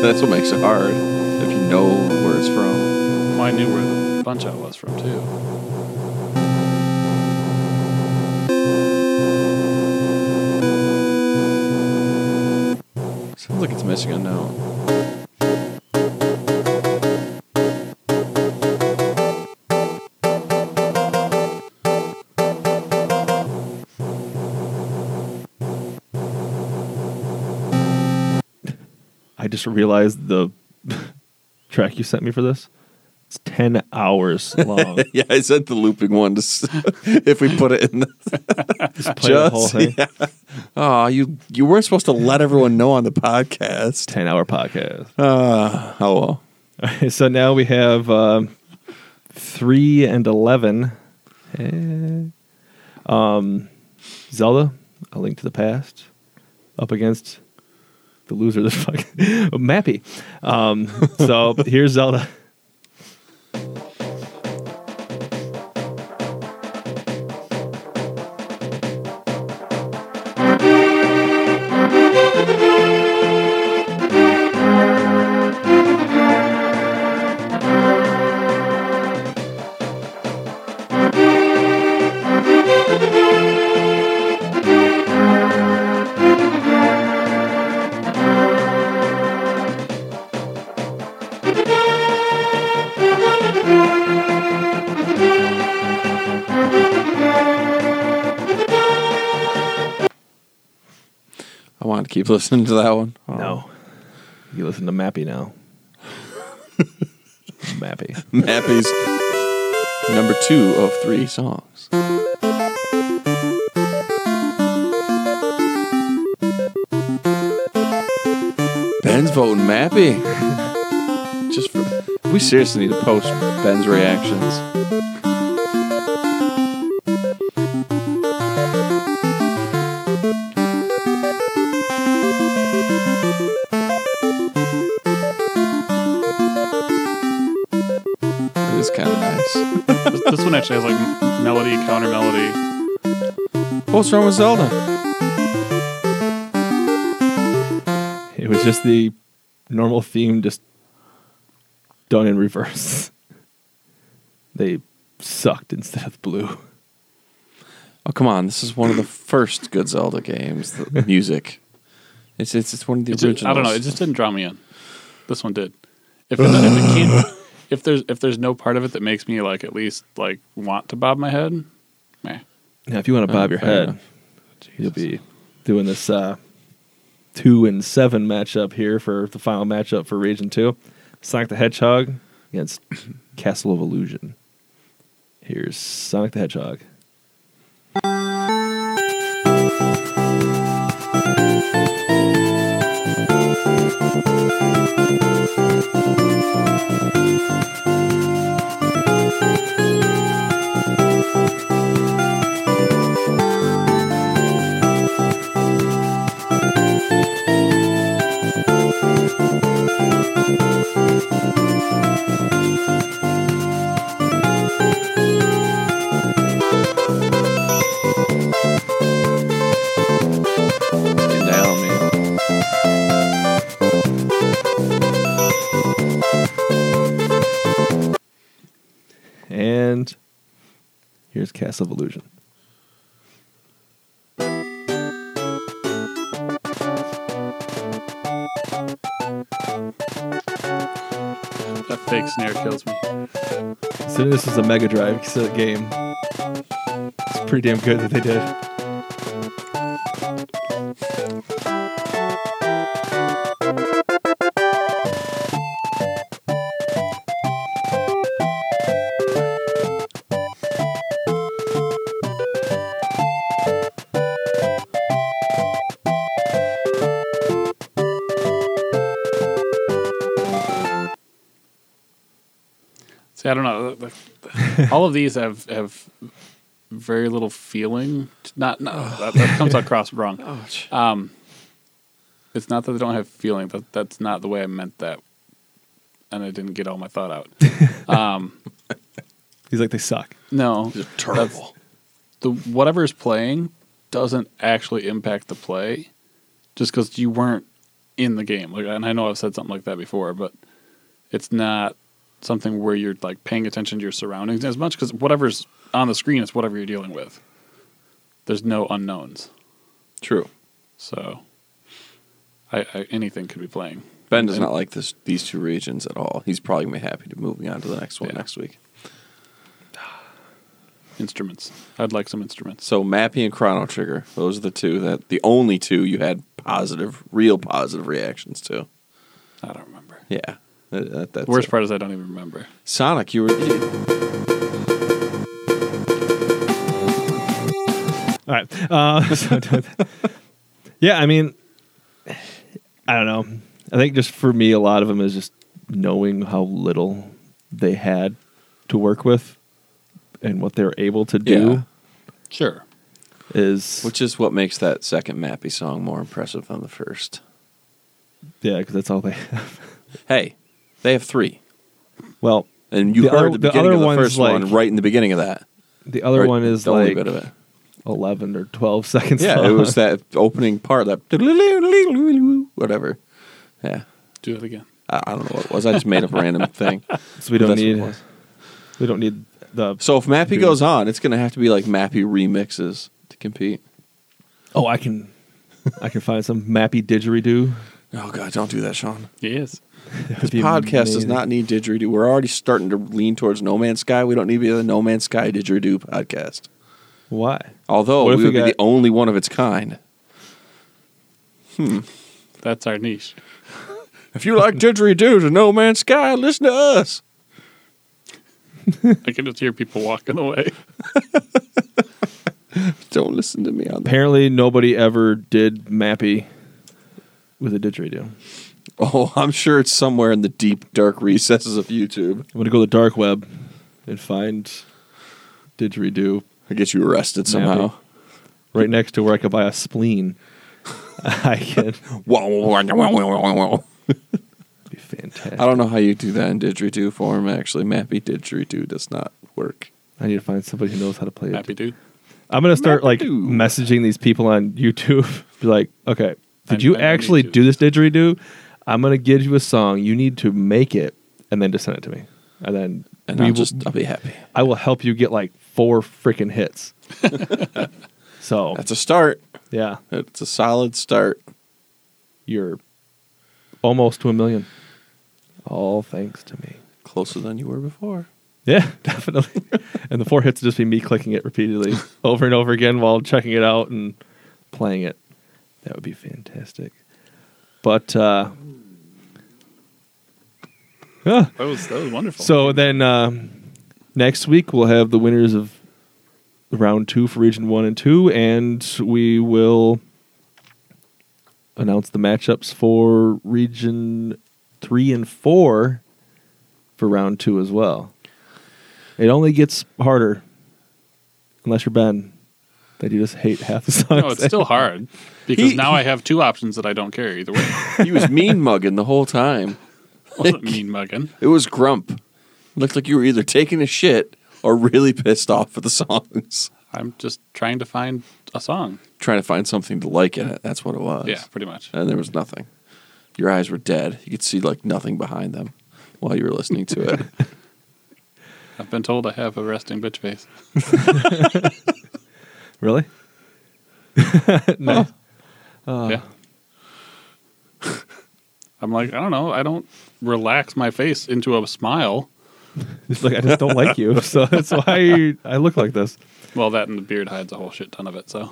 Speaker 2: That's what makes it hard if you know where it's from.
Speaker 3: Well, I knew where the punch out was from too.
Speaker 2: Sounds like it's missing a note.
Speaker 1: I just realized the track you sent me for this. It's 10 hours long.
Speaker 2: Yeah, I sent the looping one to s- if we put it in the
Speaker 1: just play the whole thing.
Speaker 2: yeah. Oh, you you weren't supposed to let everyone know on the podcast.
Speaker 1: 10 hour podcast.
Speaker 2: Uh, oh well.
Speaker 1: Alright, so now we have um, 3 and 11. Eh. Um, Zelda, A Link to the Past, up against the loser this fuck Mappy. Um, so here's Zelda.
Speaker 2: I wanted to keep listening to that one. Oh.
Speaker 1: No. You listen to Mappy now. Mappy.
Speaker 2: Mappy's number two of three songs. Ben's voting Mappy. Just for we seriously need to post Ben's reactions. It is kind of nice.
Speaker 3: this, this one actually has like melody, counter melody.
Speaker 2: What's wrong with Zelda?
Speaker 1: It was just the normal theme, just done in reverse. They sucked instead of blue.
Speaker 2: Oh come on! This is one of the first good Zelda games. The music. It's it's it's one of the
Speaker 3: It ju-
Speaker 2: original.
Speaker 3: I don't know. It just didn't draw me in. This one did. If it, if it can't, if there's if there's no part of it that makes me like at least like want to bob my head, meh.
Speaker 1: Now, if you want to bob your
Speaker 2: fair
Speaker 1: head,
Speaker 2: enough.
Speaker 1: Oh, you'll be doing this uh, two and seven matchup here for the final matchup for Region Two. Sonic the Hedgehog against Castle of Illusion. Here's Sonic the Hedgehog.
Speaker 2: Get down, man.
Speaker 1: And here's Castle of Illusion.
Speaker 3: That fake snare kills me.
Speaker 1: Considering this is a Mega Drive game, it's pretty damn good that they did.
Speaker 3: See, I don't know. The- the- All of these have have very little feeling. Not, not that, that comes across wrong.
Speaker 2: Ouch.
Speaker 3: Um, it's not that they don't have feeling. That that's not the way I meant that, and I didn't get all my thought out. um,
Speaker 1: He's like, they suck.
Speaker 3: no,
Speaker 2: Terrible.
Speaker 3: the whatever's playing doesn't actually impact the play, just because you weren't in the game. Like, and I know I've said something like that before, but it's not something where you're like paying attention to your surroundings as much because whatever's on the screen is whatever you're dealing with. There's no unknowns,
Speaker 2: True.
Speaker 3: so I, I anything could be playing.
Speaker 2: Ben does not like this these two regions at all. He's probably gonna be happy to moving on to the next one
Speaker 3: Yeah.
Speaker 2: next week.
Speaker 3: Instruments. I'd like some instruments.
Speaker 2: So Mappy and Chrono Trigger, those are the two that the only two you had positive, real positive reactions to.
Speaker 3: I don't remember.
Speaker 2: Yeah, that, that- that's
Speaker 3: The worst
Speaker 2: it.
Speaker 3: part is I don't even remember.
Speaker 2: Sonic, you were. You,
Speaker 1: All right. Uh, so do that. yeah, I mean, I don't know. I think just for me, a lot of them is just knowing how little they had to work with and what they're able to do
Speaker 3: Sure.
Speaker 1: is
Speaker 2: which is what makes that second Mappy song more impressive than the first.
Speaker 1: yeah, because that's all they have.
Speaker 2: Hey, they have three,
Speaker 1: Well,
Speaker 2: and you
Speaker 1: The
Speaker 2: heard
Speaker 1: other-
Speaker 2: the
Speaker 1: the
Speaker 2: beginning
Speaker 1: other
Speaker 2: of the
Speaker 1: one's
Speaker 2: first one
Speaker 1: like-
Speaker 2: right in the beginning of that.
Speaker 1: the other
Speaker 2: Or
Speaker 1: one is
Speaker 2: the only
Speaker 1: like
Speaker 2: bit of it.
Speaker 1: eleven or twelve seconds.
Speaker 2: Yeah, it
Speaker 1: long.
Speaker 2: was that opening part that whatever. Yeah,
Speaker 3: Do it again.
Speaker 2: I, I don't know what it was. I just made up a random thing.
Speaker 1: So we don't
Speaker 2: That's what it
Speaker 1: need
Speaker 2: was.
Speaker 1: we don't need the.
Speaker 2: So if Mappy
Speaker 1: Dude.
Speaker 2: goes on, it's gonna have to be like Mappy remixes to compete.
Speaker 1: oh, I can I can find some mappy didgeridoo.
Speaker 2: Oh god, don't do that, Sean.
Speaker 3: Yes.
Speaker 1: This
Speaker 2: The podcast does not need didgeridoo. We're already starting to lean towards No Man's Sky. We don't need to be the No Man's Sky didgeridoo podcast.
Speaker 1: Why?
Speaker 2: Although
Speaker 1: What
Speaker 2: we
Speaker 1: if
Speaker 2: would
Speaker 1: we
Speaker 2: be the
Speaker 1: got-
Speaker 2: only one of its kind.
Speaker 3: That's our niche.
Speaker 2: If you like didgeridoos and No Man's Sky, listen to us.
Speaker 3: I can just hear people walking away.
Speaker 2: Don't listen to me on that.
Speaker 1: Apparently, nobody ever did Mappy with a didgeridoo. I'm
Speaker 2: Oh, I'm sure it's somewhere in the deep dark recesses of YouTube.
Speaker 1: gonna go to the dark web and find didgeridoo
Speaker 2: I get you arrested somehow.
Speaker 1: right next to where I could buy a spleen. I can
Speaker 2: Whoa, whoa, whoa, whoa, whoa, whoa, whoa.
Speaker 1: be fantastic.
Speaker 2: I don't know how you do that in didgeridoo form. Actually, Mappy didgeridoo does not work.
Speaker 1: I need to find somebody who knows how to play it.
Speaker 3: Happy dude.
Speaker 1: I'm gonna start like
Speaker 2: Mappy-doo.
Speaker 1: messaging these people on YouTube. Be like, okay, did
Speaker 3: I-
Speaker 1: you
Speaker 3: I need
Speaker 1: actually
Speaker 3: to.
Speaker 1: do this didgeridoo? I'm gonna give you a song. You need to make it and then just send it to me. and then
Speaker 2: and
Speaker 1: we
Speaker 2: I'll
Speaker 1: will,
Speaker 2: just I'll be happy.
Speaker 1: I will help you get like four freaking hits. so
Speaker 2: That's a start.
Speaker 1: yeah,
Speaker 2: It's a solid start.
Speaker 1: you're almost to a million. All thanks to me.
Speaker 2: Closer than you were before.
Speaker 1: Yeah, definitely. and the four hits would just be me clicking it repeatedly over and over again while checking it out and playing it. That would be fantastic. But uh, ah,
Speaker 3: That was that was wonderful.
Speaker 1: so then um, next week we'll have the winners of round two for region one and two, and we will announce the matchups for region three and four for round two as well. It only gets harder unless you're Ben. That you just hate half the songs.
Speaker 3: no, it's still hard because
Speaker 2: He-
Speaker 3: now I have two options that I don't care either way.
Speaker 2: He was mean mugging the whole time.
Speaker 3: Wasn't mean mugging.
Speaker 2: It was grump. Looked like you were either taking a shit or really pissed off at the songs.
Speaker 3: I'm just trying to find a song.
Speaker 2: Trying to find something to like in it. That's what it was.
Speaker 3: Yeah, pretty much.
Speaker 2: And there was nothing. Your eyes were dead. You could see like nothing behind them while you were listening to it.
Speaker 3: I've been told I have a resting bitch face.
Speaker 1: really. nice.
Speaker 2: Uh.
Speaker 3: yeah. I'm like, I don't know. I don't relax my face into a smile.
Speaker 1: It's like I just don't like you, so that's why I look like this.
Speaker 3: Well, that and the beard hides a whole shit ton of it. So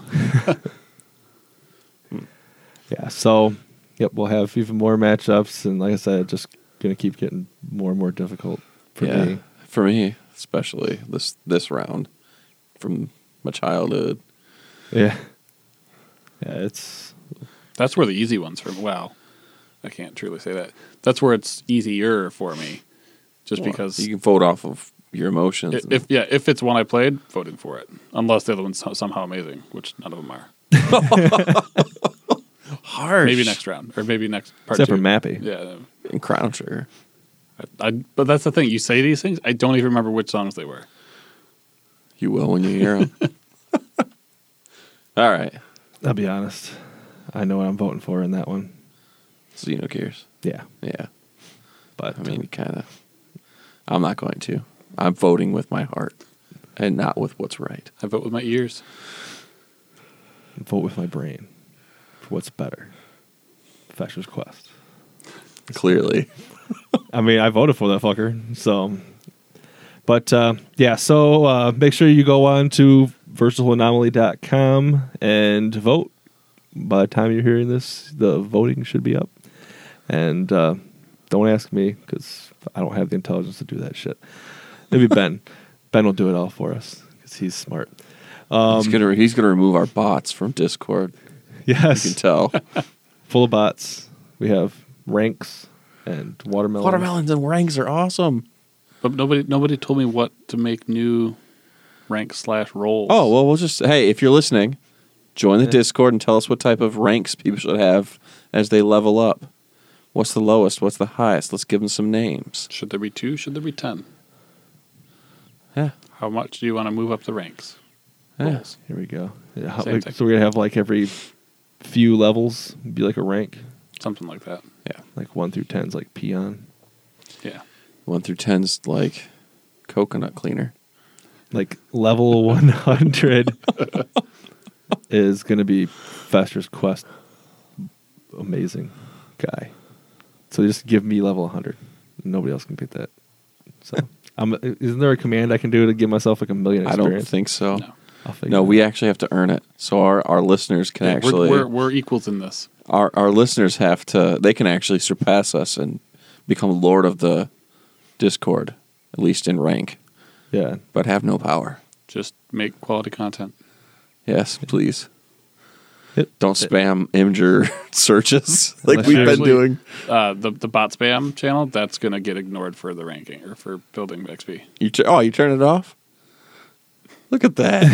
Speaker 1: Yeah. So, yep, we'll have even more matchups, and like I said, just gonna keep getting more and more difficult for
Speaker 2: yeah.
Speaker 1: me.
Speaker 2: For me, especially this this round from my childhood.
Speaker 1: Yeah. Yeah, it's
Speaker 3: that's where the easy ones for Wow. I can't truly say that. That's where it's easier for me. Just because
Speaker 2: you can vote off of your emotions.
Speaker 3: i- if, yeah, if it's one I played, voting for it. Unless the other one's so- somehow amazing, which none of them are.
Speaker 2: harsh.
Speaker 3: Maybe next round or maybe next part
Speaker 1: except
Speaker 3: two.
Speaker 1: for Mappy.
Speaker 3: Yeah.
Speaker 2: in Crown Trigger.
Speaker 3: I, but that's the thing. You say these things, I don't even remember which songs they were.
Speaker 2: You will when you hear them. All right,
Speaker 1: I'll be honest. I know what I'm voting for in that one.
Speaker 2: Xenogears.
Speaker 1: Yeah.
Speaker 2: Yeah,
Speaker 1: But
Speaker 2: I mean, kind of. I'm not going to. I'm voting with my heart, and not with what's right.
Speaker 3: I vote with my ears.
Speaker 1: vote with my brain for what's better. Fetcher's Quest.
Speaker 2: Clearly,
Speaker 1: I mean, I voted for that fucker. So, but uh, yeah, so uh, make sure you go on to versatileanomaly.com and vote. By the time you're hearing this, the voting should be up. And uh, don't ask me because I don't have the intelligence to do that shit. Maybe Ben. Ben will do it all for us because he's smart.
Speaker 2: he's gonna he's gonna remove our bots from Discord. You
Speaker 1: Yes.
Speaker 2: can tell
Speaker 1: Full of bots. We have ranks and watermelon.
Speaker 2: watermelons and ranks are awesome.
Speaker 3: But nobody nobody told me what to make new rank slash roles.
Speaker 2: Oh well, we'll just hey, if you're listening, join the Discord and tell us what type of ranks people should have as they level up. What's the lowest? What's the highest? Let's give them some names.
Speaker 3: should there be two? Should there be ten?
Speaker 2: Yeah.
Speaker 3: How much do you want to move up the ranks?
Speaker 2: Yeah.
Speaker 3: Roles.
Speaker 1: Here we go. Yeah, how-
Speaker 3: Same thing.
Speaker 1: so we're gonna have like every few levels be like a rank,
Speaker 3: Something like that.
Speaker 2: Yeah.
Speaker 1: like one through ten is like peon,
Speaker 3: Yeah.
Speaker 2: One through ten's like coconut cleaner.
Speaker 1: like level one hundred is gonna be Fester's quest, amazing guy. So just give me level one hundred. Nobody else can beat that. So I'm, isn't there a command I can do to give myself like a million
Speaker 2: I don't
Speaker 1: experience?
Speaker 2: think so.
Speaker 3: No.
Speaker 2: No,
Speaker 1: I'll figure it
Speaker 2: we
Speaker 1: out.
Speaker 2: actually have to earn it. So our, our listeners can
Speaker 3: Yeah,
Speaker 2: actually
Speaker 3: we're, we're we're equals in this.
Speaker 2: our our listeners have to they can actually surpass us and become lord of the Discord, at least in rank,
Speaker 1: yeah.
Speaker 2: but have no power.
Speaker 3: Just make quality content.
Speaker 2: Yes, please.
Speaker 1: It-
Speaker 2: Don't spam Imgur searches like
Speaker 1: Unless
Speaker 2: we've
Speaker 1: you're-
Speaker 2: been
Speaker 3: Actually,
Speaker 2: doing.
Speaker 3: Uh, the the bot spam channel that's gonna get ignored for the ranking or for building XP.
Speaker 2: You tu- oh, you turn it off. Look at that!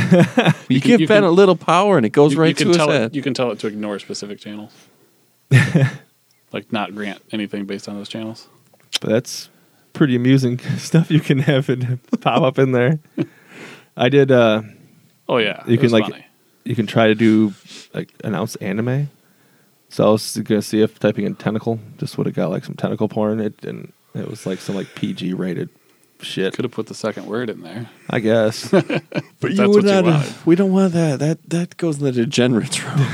Speaker 2: you,
Speaker 3: can-
Speaker 2: give
Speaker 3: you
Speaker 2: Ben
Speaker 3: can-
Speaker 2: a little power, and it goes
Speaker 3: You-
Speaker 2: right
Speaker 3: you can
Speaker 2: to his
Speaker 3: tell
Speaker 2: head.
Speaker 3: It, you can tell it to ignore specific channels. like not grant anything based on those channels.
Speaker 1: But that's pretty amusing stuff you can have it pop up in there. I did. uh
Speaker 3: Oh yeah,
Speaker 1: You
Speaker 3: it
Speaker 1: can,
Speaker 3: was
Speaker 1: like-
Speaker 3: funny.
Speaker 1: You can try to do like announce anime. So I was gonna see if typing in tentacle just would have got like some tentacle porn. It didn't. It was like some like PG rated Shit,
Speaker 3: Could have put the second word in there.
Speaker 1: I guess. but
Speaker 3: But that's what you wanted.
Speaker 2: We don't want that. That that goes in the degenerates room.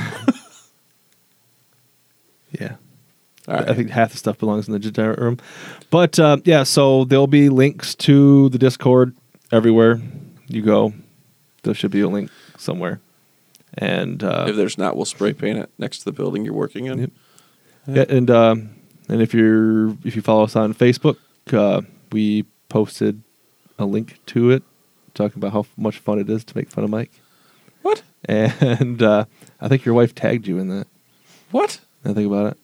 Speaker 1: yeah.
Speaker 2: All
Speaker 1: I
Speaker 2: right.
Speaker 1: think half the stuff belongs in the generic room. But uh, yeah, so there'll be links to the Discord everywhere you go. There should be a link somewhere. And uh,
Speaker 2: If there's not, we'll spray paint it next to the building you're working in.
Speaker 1: Yep. yeah, and um and if you're if you follow us on Facebook, uh, we posted a link to it talking about how f- much fun it is to make fun of Mike.
Speaker 2: What?
Speaker 1: And uh, I think your wife tagged you in that.
Speaker 2: What?
Speaker 1: Now I think about it.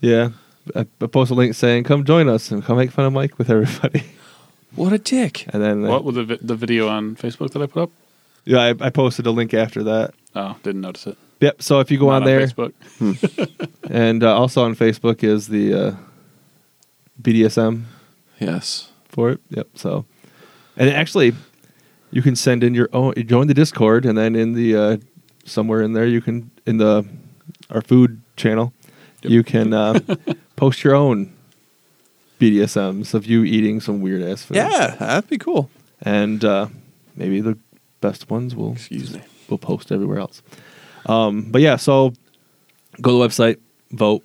Speaker 1: Yeah, I, I posted a link saying, "Come join us and come make fun of Mike with everybody."
Speaker 2: What a dick!
Speaker 1: And then uh,
Speaker 3: What was the, vi- the video on Facebook that I put up?
Speaker 1: Yeah, I, I posted a link after that.
Speaker 3: Oh, didn't notice it.
Speaker 1: Yep. So if you go
Speaker 3: Not
Speaker 1: on there,
Speaker 3: Facebook.
Speaker 1: and uh, also on Facebook is the uh, BDSM
Speaker 2: Yes.
Speaker 1: for it. Yep. So, and actually, you can send in your own. You join the Discord, and then in the uh, somewhere in there, you can in the our food channel, you can uh, post your own BDSMs of you eating some weird ass food.
Speaker 2: Yeah, that'd be cool.
Speaker 1: and uh, maybe the best ones will
Speaker 2: Excuse me.
Speaker 1: we'll post everywhere else. Um, but yeah, so go to the website, vote.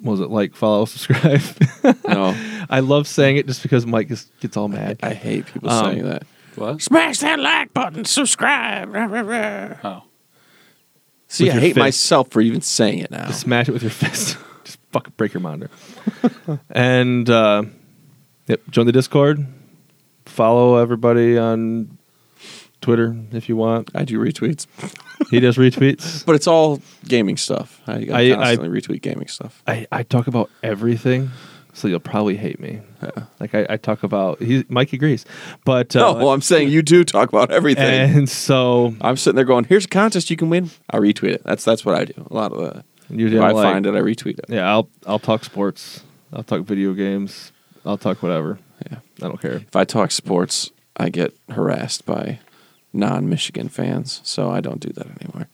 Speaker 1: What was it like, follow, subscribe?
Speaker 2: No,
Speaker 1: I love saying it just because Mike is, gets all mad.
Speaker 2: I hate people
Speaker 1: Um,
Speaker 2: saying that.
Speaker 3: What?
Speaker 2: Smash that like button. Subscribe.
Speaker 3: Oh,
Speaker 2: See,
Speaker 1: With
Speaker 2: I
Speaker 1: your
Speaker 2: hate
Speaker 1: fist.
Speaker 2: myself for even saying it now.
Speaker 1: Just smash it with your fist. just fucking break your monitor. and uh, yep, join the Discord. Follow everybody on Twitter if you want.
Speaker 2: I do retweets,
Speaker 1: He does retweets.
Speaker 2: but it's all gaming stuff. I, I
Speaker 1: I-
Speaker 2: constantly retweet gaming stuff.
Speaker 1: I, I talk about everything, so you'll probably hate me.
Speaker 2: Yeah.
Speaker 1: Like I, I talk about he, Mike agrees, but
Speaker 2: Uh-uh. No,
Speaker 1: uh,
Speaker 2: well, I'm saying you do talk about everything.
Speaker 1: and so
Speaker 2: I'm sitting there going, "Here's a contest you can win." I retweet it. That's that's what I do. A lot of the
Speaker 1: you
Speaker 2: if
Speaker 1: didn't
Speaker 2: I
Speaker 1: like-
Speaker 2: find it, I retweet it.
Speaker 1: Yeah, I'll I'll talk sports. I'll talk video games. I'll talk whatever.
Speaker 2: Yeah.
Speaker 1: I don't care.
Speaker 2: If I talk sports, I get harassed by non-Michigan fans, so I don't do that anymore.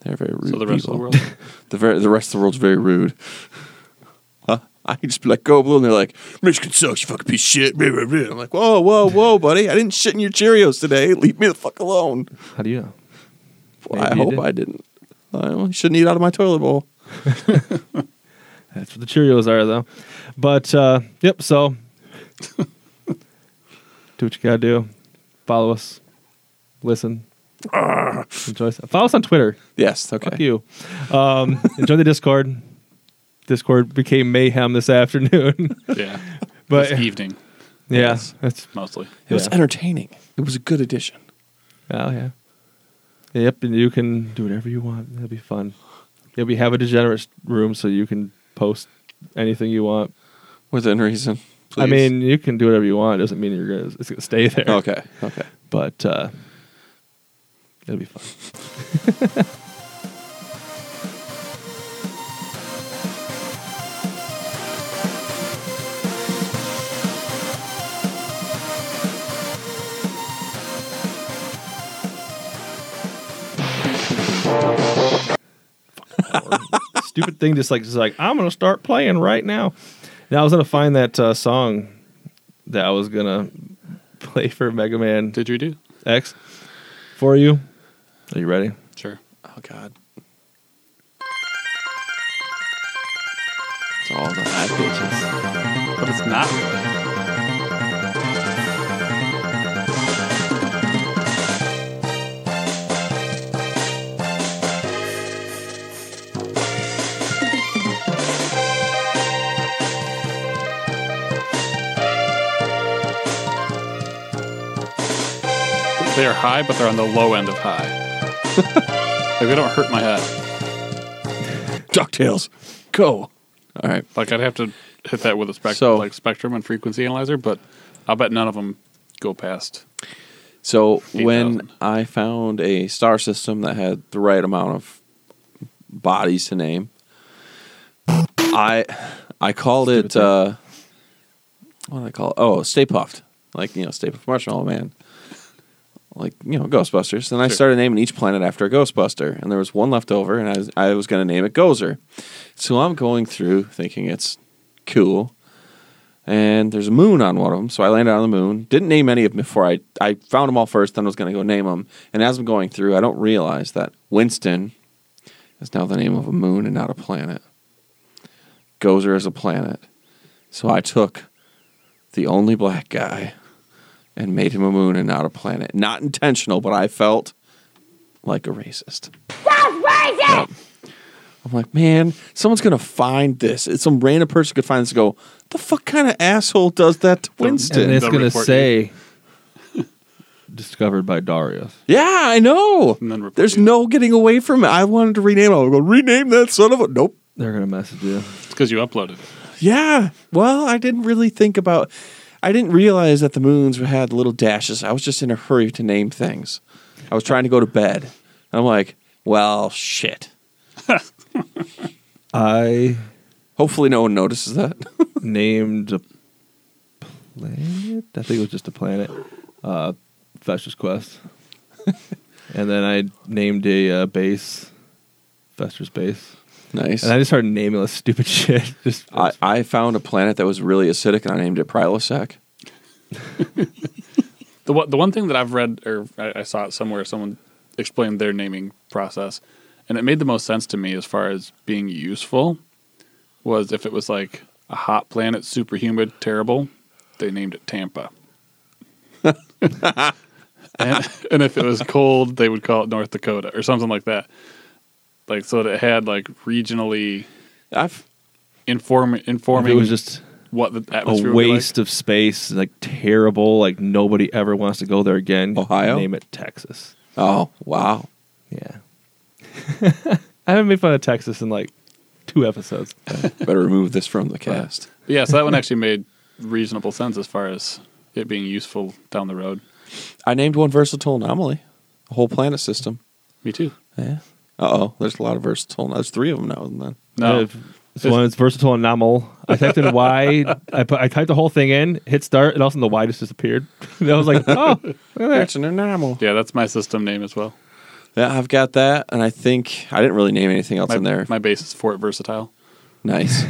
Speaker 2: They're very rude.
Speaker 3: so the rest
Speaker 2: people.
Speaker 3: of the world.
Speaker 2: the very the rest of the world's very rude. Huh? I can just be like, "Go blue," and they're like, "Michigan sucks, you fucking piece of shit." Blah, blah, blah. I'm like, "Whoa, whoa, whoa, buddy! I didn't shit in your Cheerios today. Leave me the fuck alone."
Speaker 1: How do you know?
Speaker 2: Well,
Speaker 1: Maybe
Speaker 2: I
Speaker 1: you
Speaker 2: hope
Speaker 1: did.
Speaker 2: I didn't. I only shouldn't eat out of my toilet bowl.
Speaker 1: That's what the Cheerios are, though. But uh, yep. So do what you gotta do. Follow us. Listen. Enjoy. us- Follow us on Twitter.
Speaker 2: Yes, okay.
Speaker 1: Fuck you. Um, enjoy the Discord. Discord became mayhem this afternoon.
Speaker 3: yeah.
Speaker 1: But-
Speaker 3: This evening
Speaker 1: yeah, that's
Speaker 3: mostly.
Speaker 2: It was
Speaker 1: Yeah.
Speaker 2: entertaining. It was a good addition.
Speaker 1: oh yeah. Yep, and you can do whatever you want. That'll be fun. Yeah, we have a degenerate room, so you can post anything you want.
Speaker 2: Within reason.
Speaker 1: I
Speaker 2: please.
Speaker 1: mean, you can do whatever you want. It doesn't mean you're gonna it's gonna stay there.
Speaker 2: okay, okay.
Speaker 1: but uh, it'll be fun. Stupid thing, just like just like I'm gonna start playing right now. Now I was gonna find that uh, song that I was gonna play for Mega Man
Speaker 3: Did you do?
Speaker 1: X for you. Are you ready?
Speaker 3: Sure.
Speaker 2: Oh God. It's all the high pitches.
Speaker 3: But it's not. They are high, but they're on the low end of high. like they don't hurt my head.
Speaker 2: Ducktales, go. All right.
Speaker 3: Like I'd have to hit that with a spectrum,
Speaker 2: So-
Speaker 3: like spectrum and frequency analyzer, but I'll bet none of them go past.
Speaker 2: So when
Speaker 3: 8,000.
Speaker 2: I found a star system that had the right amount of bodies to name, I I called it uh, what did I call it? Oh, Stay Puffed, like you know, Stay Puffed Marshmallow Man, like you know, Ghostbusters. And I
Speaker 3: Sure.
Speaker 2: started naming each planet after a Ghostbuster, and there was one left over, and I was, I was going to name it Gozer. So I'm going through thinking it's cool. and there's a moon on one of them. So I landed on the moon. Didn't name any of them before I I found them all first. Then I was going to go name them. And as I'm going through, I don't realize that Winston is now the name of a moon and not a planet. Gozer is a planet. So I took the only black guy and made him a moon and not a planet. Not intentional, but I felt like a racist. Yep. I'm like, man, someone's gonna find this. It's some random person could find this and go, the fuck kind of asshole does that to Winston?
Speaker 1: and it's
Speaker 3: They'll
Speaker 1: going to
Speaker 3: report
Speaker 1: say discovered by Darius.
Speaker 2: yeah, I know.
Speaker 3: And then report
Speaker 2: There's
Speaker 3: you.
Speaker 2: no getting away from it. I wanted to rename it. I'm gonna rename that son of a nope.
Speaker 1: They're going to message you.
Speaker 3: It's because you uploaded it.
Speaker 2: Yeah. Well, I didn't really think about I didn't realize that the moons had little dashes. I was just in a hurry to name things. I was trying to go to bed. I'm like, well, shit.
Speaker 1: I
Speaker 2: Hopefully no one notices that.
Speaker 1: named a planet. I think it was just a planet. Uh, Festus Quest. and then I named a uh, base, Fester's base.
Speaker 2: nice.
Speaker 1: And I just started naming this stupid shit. Just
Speaker 2: I, I found a planet that was really acidic and I named it Prilosec.
Speaker 3: The one, the one thing that I've read or I, I saw it somewhere, someone explained their naming process, and it made the most sense to me as far as being useful. Was if it was like a hot planet, super humid, terrible, they named it Tampa. and, and if it was cold, they would call it North Dakota or something like that. Like so that it had like regionally
Speaker 2: I've
Speaker 3: inform
Speaker 1: it
Speaker 3: informing
Speaker 1: was just
Speaker 3: what the atmosphere
Speaker 1: a
Speaker 3: would be like.
Speaker 1: waste of space, like terrible, like nobody ever wants to go there again.
Speaker 2: Ohio?
Speaker 1: Name it Texas.
Speaker 2: oh wow.
Speaker 1: Yeah. I haven't made fun of Texas in like two episodes.
Speaker 2: Better remove this from the cast.
Speaker 3: But yeah, so that one actually made reasonable sense as far as it being useful down the road.
Speaker 2: I named one versatile anomaly. A whole planet system.
Speaker 3: Me too.
Speaker 2: Yeah. Uh oh. There's a lot of versatile there's three of them now and then.
Speaker 3: No,
Speaker 1: If- So when it's versatile anomal. I typed in Y. I, put, I typed the whole thing in, hit start, and all of a sudden the Y just disappeared. and I was like, oh, look at that.
Speaker 2: That's an anomaly.
Speaker 3: yeah, that's my system name as well.
Speaker 2: Yeah, I've got that and I think I didn't really name anything else
Speaker 3: My,
Speaker 2: in there.
Speaker 3: my base is Fort Versatile.
Speaker 2: nice.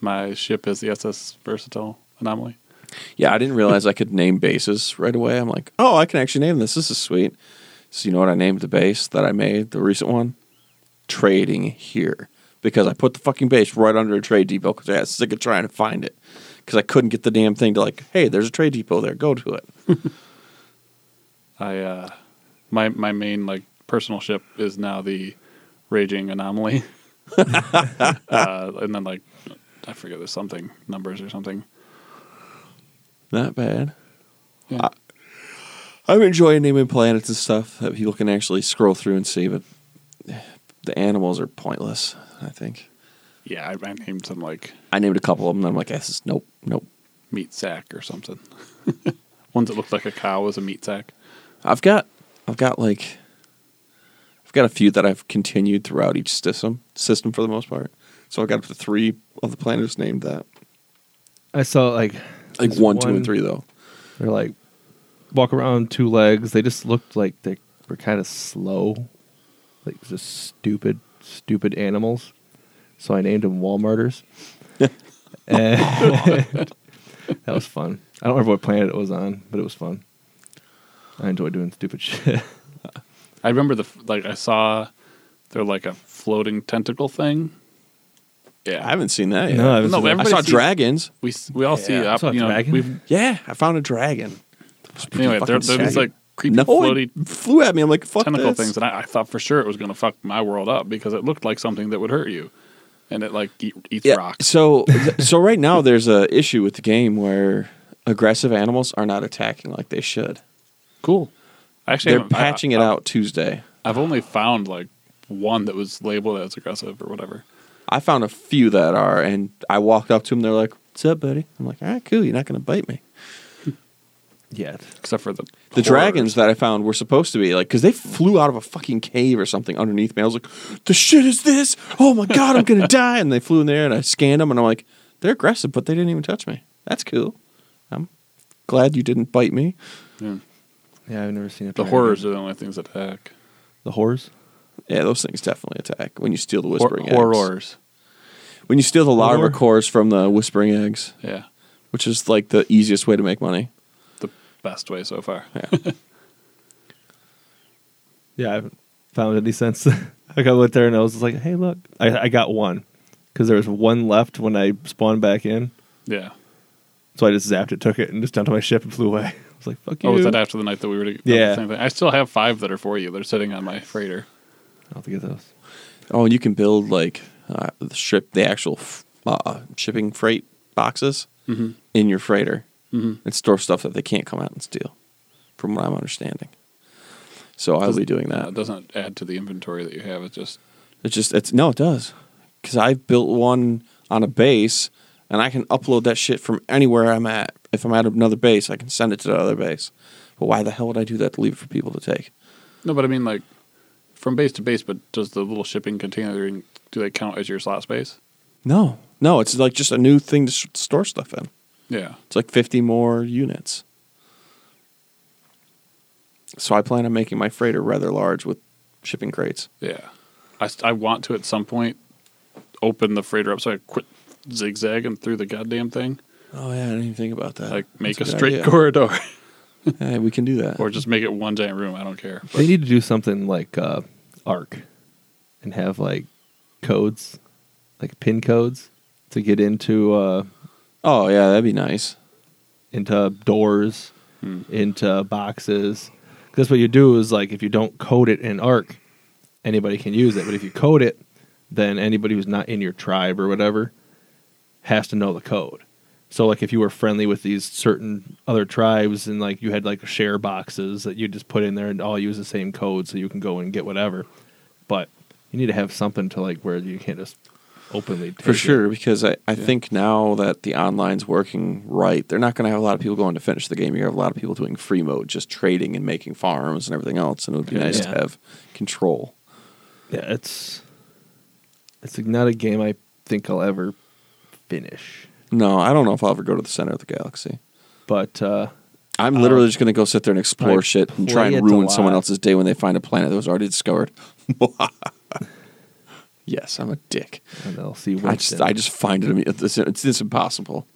Speaker 3: My ship is the SS Versatile Anomaly.
Speaker 2: yeah, I didn't realize I could name bases right away. I'm like, oh I can actually name this. This is sweet. So you know what I named the base that I made, the recent one? Trading here. Because I put the fucking base right under a trade depot because I got sick of trying to find it. Because I couldn't get the damn thing to like, hey, there's a trade depot there, go to it.
Speaker 3: I uh, my my main like personal ship is now the Raging Anomaly. uh, and then like I forget there's something numbers or something.
Speaker 2: Not bad.
Speaker 3: Yeah.
Speaker 2: I'm enjoying naming planets and stuff that people can actually scroll through and see, but the animals are pointless, I think.
Speaker 3: yeah, I, I named some like
Speaker 2: I named a couple of them, and I'm like, this is nope, nope.
Speaker 3: meat sack or something. Ones that looked like a cow was a meat sack.
Speaker 2: I've got, I've got like, I've got a few that I've continued throughout each system, system for the most part. So I got up to three of the planets named that.
Speaker 1: I saw like
Speaker 2: Like
Speaker 1: this
Speaker 2: one, two, and three though.
Speaker 1: They're like walk around on two legs. They just looked like they were kind of slow, like just stupid, stupid animals. So I named them Walmarters. and that was fun. I don't remember what planet it was on, but it was fun. I enjoy doing stupid shit.
Speaker 3: I remember the f- like I saw they're like a floating tentacle thing.
Speaker 2: I
Speaker 3: Yeah,
Speaker 2: haven't seen that yet.
Speaker 1: No, I haven't
Speaker 3: No,
Speaker 1: seen that.
Speaker 2: I
Speaker 3: everybody
Speaker 2: saw
Speaker 3: sees-
Speaker 2: dragons.
Speaker 3: we s- we all see
Speaker 1: Yeah, I
Speaker 3: up.
Speaker 1: saw a
Speaker 3: you know,
Speaker 1: dragon.
Speaker 3: we've
Speaker 2: Yeah, I found a dragon.
Speaker 3: anyway. They're, they're these like creepy
Speaker 2: no,
Speaker 3: floaty
Speaker 2: it flew at me. I'm like, fuck
Speaker 3: tentacle
Speaker 2: this.
Speaker 3: things, and I, I thought for sure it was going to fuck my world up because it looked like something that would hurt you, and it like eat, eats rocks.
Speaker 2: So so right now there's a issue with the game where aggressive animals are not attacking like they should.
Speaker 3: Cool. I Actually,
Speaker 2: They're
Speaker 3: haven't- I-
Speaker 2: patching it
Speaker 3: I-
Speaker 2: out Tuesday.
Speaker 3: I've only found like one that was labeled as aggressive or whatever.
Speaker 2: I found a few that are, and I walked up to them. They're like, "What's up, buddy?" I'm like, "All right, cool. You're not gonna bite me."
Speaker 1: Yet.
Speaker 3: Except for the
Speaker 2: The
Speaker 3: horrors.
Speaker 2: dragons that I found were supposed to be like, because they flew out of a fucking cave or something underneath me. I was like, "The shit is this? Oh my god, I'm gonna die!" And they flew in there, and I scanned them, and I'm like, "They're aggressive, but they didn't even touch me. That's cool. I'm glad you didn't bite me."
Speaker 3: Yeah.
Speaker 1: Yeah, I've never seen it.
Speaker 3: The horrors are the only things that attack.
Speaker 1: The horrors?
Speaker 2: Yeah, those things definitely attack when you steal the
Speaker 3: Hor-
Speaker 2: whispering eggs.
Speaker 3: horrors.
Speaker 2: When you steal the larva
Speaker 1: Horror?
Speaker 2: cores from the whispering eggs,
Speaker 3: Yeah.
Speaker 2: which is like the easiest way to make money.
Speaker 3: The best way so far.
Speaker 1: Yeah, I haven't found any since. I got went there and I was like, hey, look, I, I got one because there was one left when I spawned back in.
Speaker 3: Yeah.
Speaker 1: So I just zapped it, took it, and just down to my ship and flew away. I was like, fuck you.
Speaker 3: Oh, was that after the night that we were? To,
Speaker 1: Yeah.
Speaker 3: Same thing. I still have five that are for you. They're sitting on my freighter.
Speaker 1: I'll have to get those.
Speaker 2: Oh, and you can build like uh, the ship, the actual f- uh, shipping freight boxes
Speaker 3: Mhm.
Speaker 2: in your freighter
Speaker 3: Mhm.
Speaker 2: and store stuff that they can't come out and steal, from what I'm understanding. So I'll be doing
Speaker 3: Uh, it
Speaker 2: that.
Speaker 3: doesn't add to the inventory that you have. It's just
Speaker 2: It's just it's no, it does because I've built one on a base and I can upload that shit from anywhere I'm at. If I'm at another base, I can send it to the other base. But why the hell would I do that to leave it for people to take?
Speaker 3: no, but I mean like from base to base. But does the little shipping container do they count as your slot space?
Speaker 2: No, no, it's like just a new thing to s store stuff in.
Speaker 3: Yeah.
Speaker 2: It's like 50 more units. So I plan on making my freighter rather large with shipping crates.
Speaker 3: Yeah. I, st- I want to at some point open the freighter up so I quit zigzagging through the goddamn thing.
Speaker 2: Oh yeah, I didn't even think about that.
Speaker 3: Like make
Speaker 2: That's
Speaker 3: a
Speaker 2: good
Speaker 3: straight
Speaker 2: idea.
Speaker 3: corridor
Speaker 2: Hey, we can do that.
Speaker 3: or just make it one giant room. I don't care.
Speaker 1: They need to do something like uh, Arc and have like codes, like pin codes to get into uh,
Speaker 2: oh yeah, that'd be nice.
Speaker 1: into doors,
Speaker 2: Hmm.
Speaker 1: into boxes. Because what you do is like if you don't code it in Arc, anybody can use it. But if you code it, then anybody who's not in your tribe or whatever has to know the code. So like if you were friendly with these certain other tribes and like you had like share boxes that you just put in there and all use the same code so you can go and get whatever. But you need to have something to like where you can't just openly take
Speaker 2: For
Speaker 1: it.
Speaker 2: sure, because I, I think now that the online's working right, they're not going to have a lot of people going to finish the game. You're going to have a lot of people doing free mode, just trading and making farms and everything else. And it would be nice to
Speaker 1: Yeah.
Speaker 2: have control.
Speaker 1: Yeah, it's it's not a game I think I'll ever finish.
Speaker 2: No, I don't know if I'll ever go to the center of the galaxy.
Speaker 1: But uh,
Speaker 2: I'm literally just going to go sit there and explore
Speaker 1: like,
Speaker 2: shit and try
Speaker 1: play
Speaker 2: and
Speaker 1: it a
Speaker 2: ruin someone
Speaker 1: lot.
Speaker 2: else's day when they find a planet that was already discovered. yes, I'm a dick.
Speaker 1: and I'll see Winston.
Speaker 2: I just, I just find it. ami- It's, it's, it's impossible.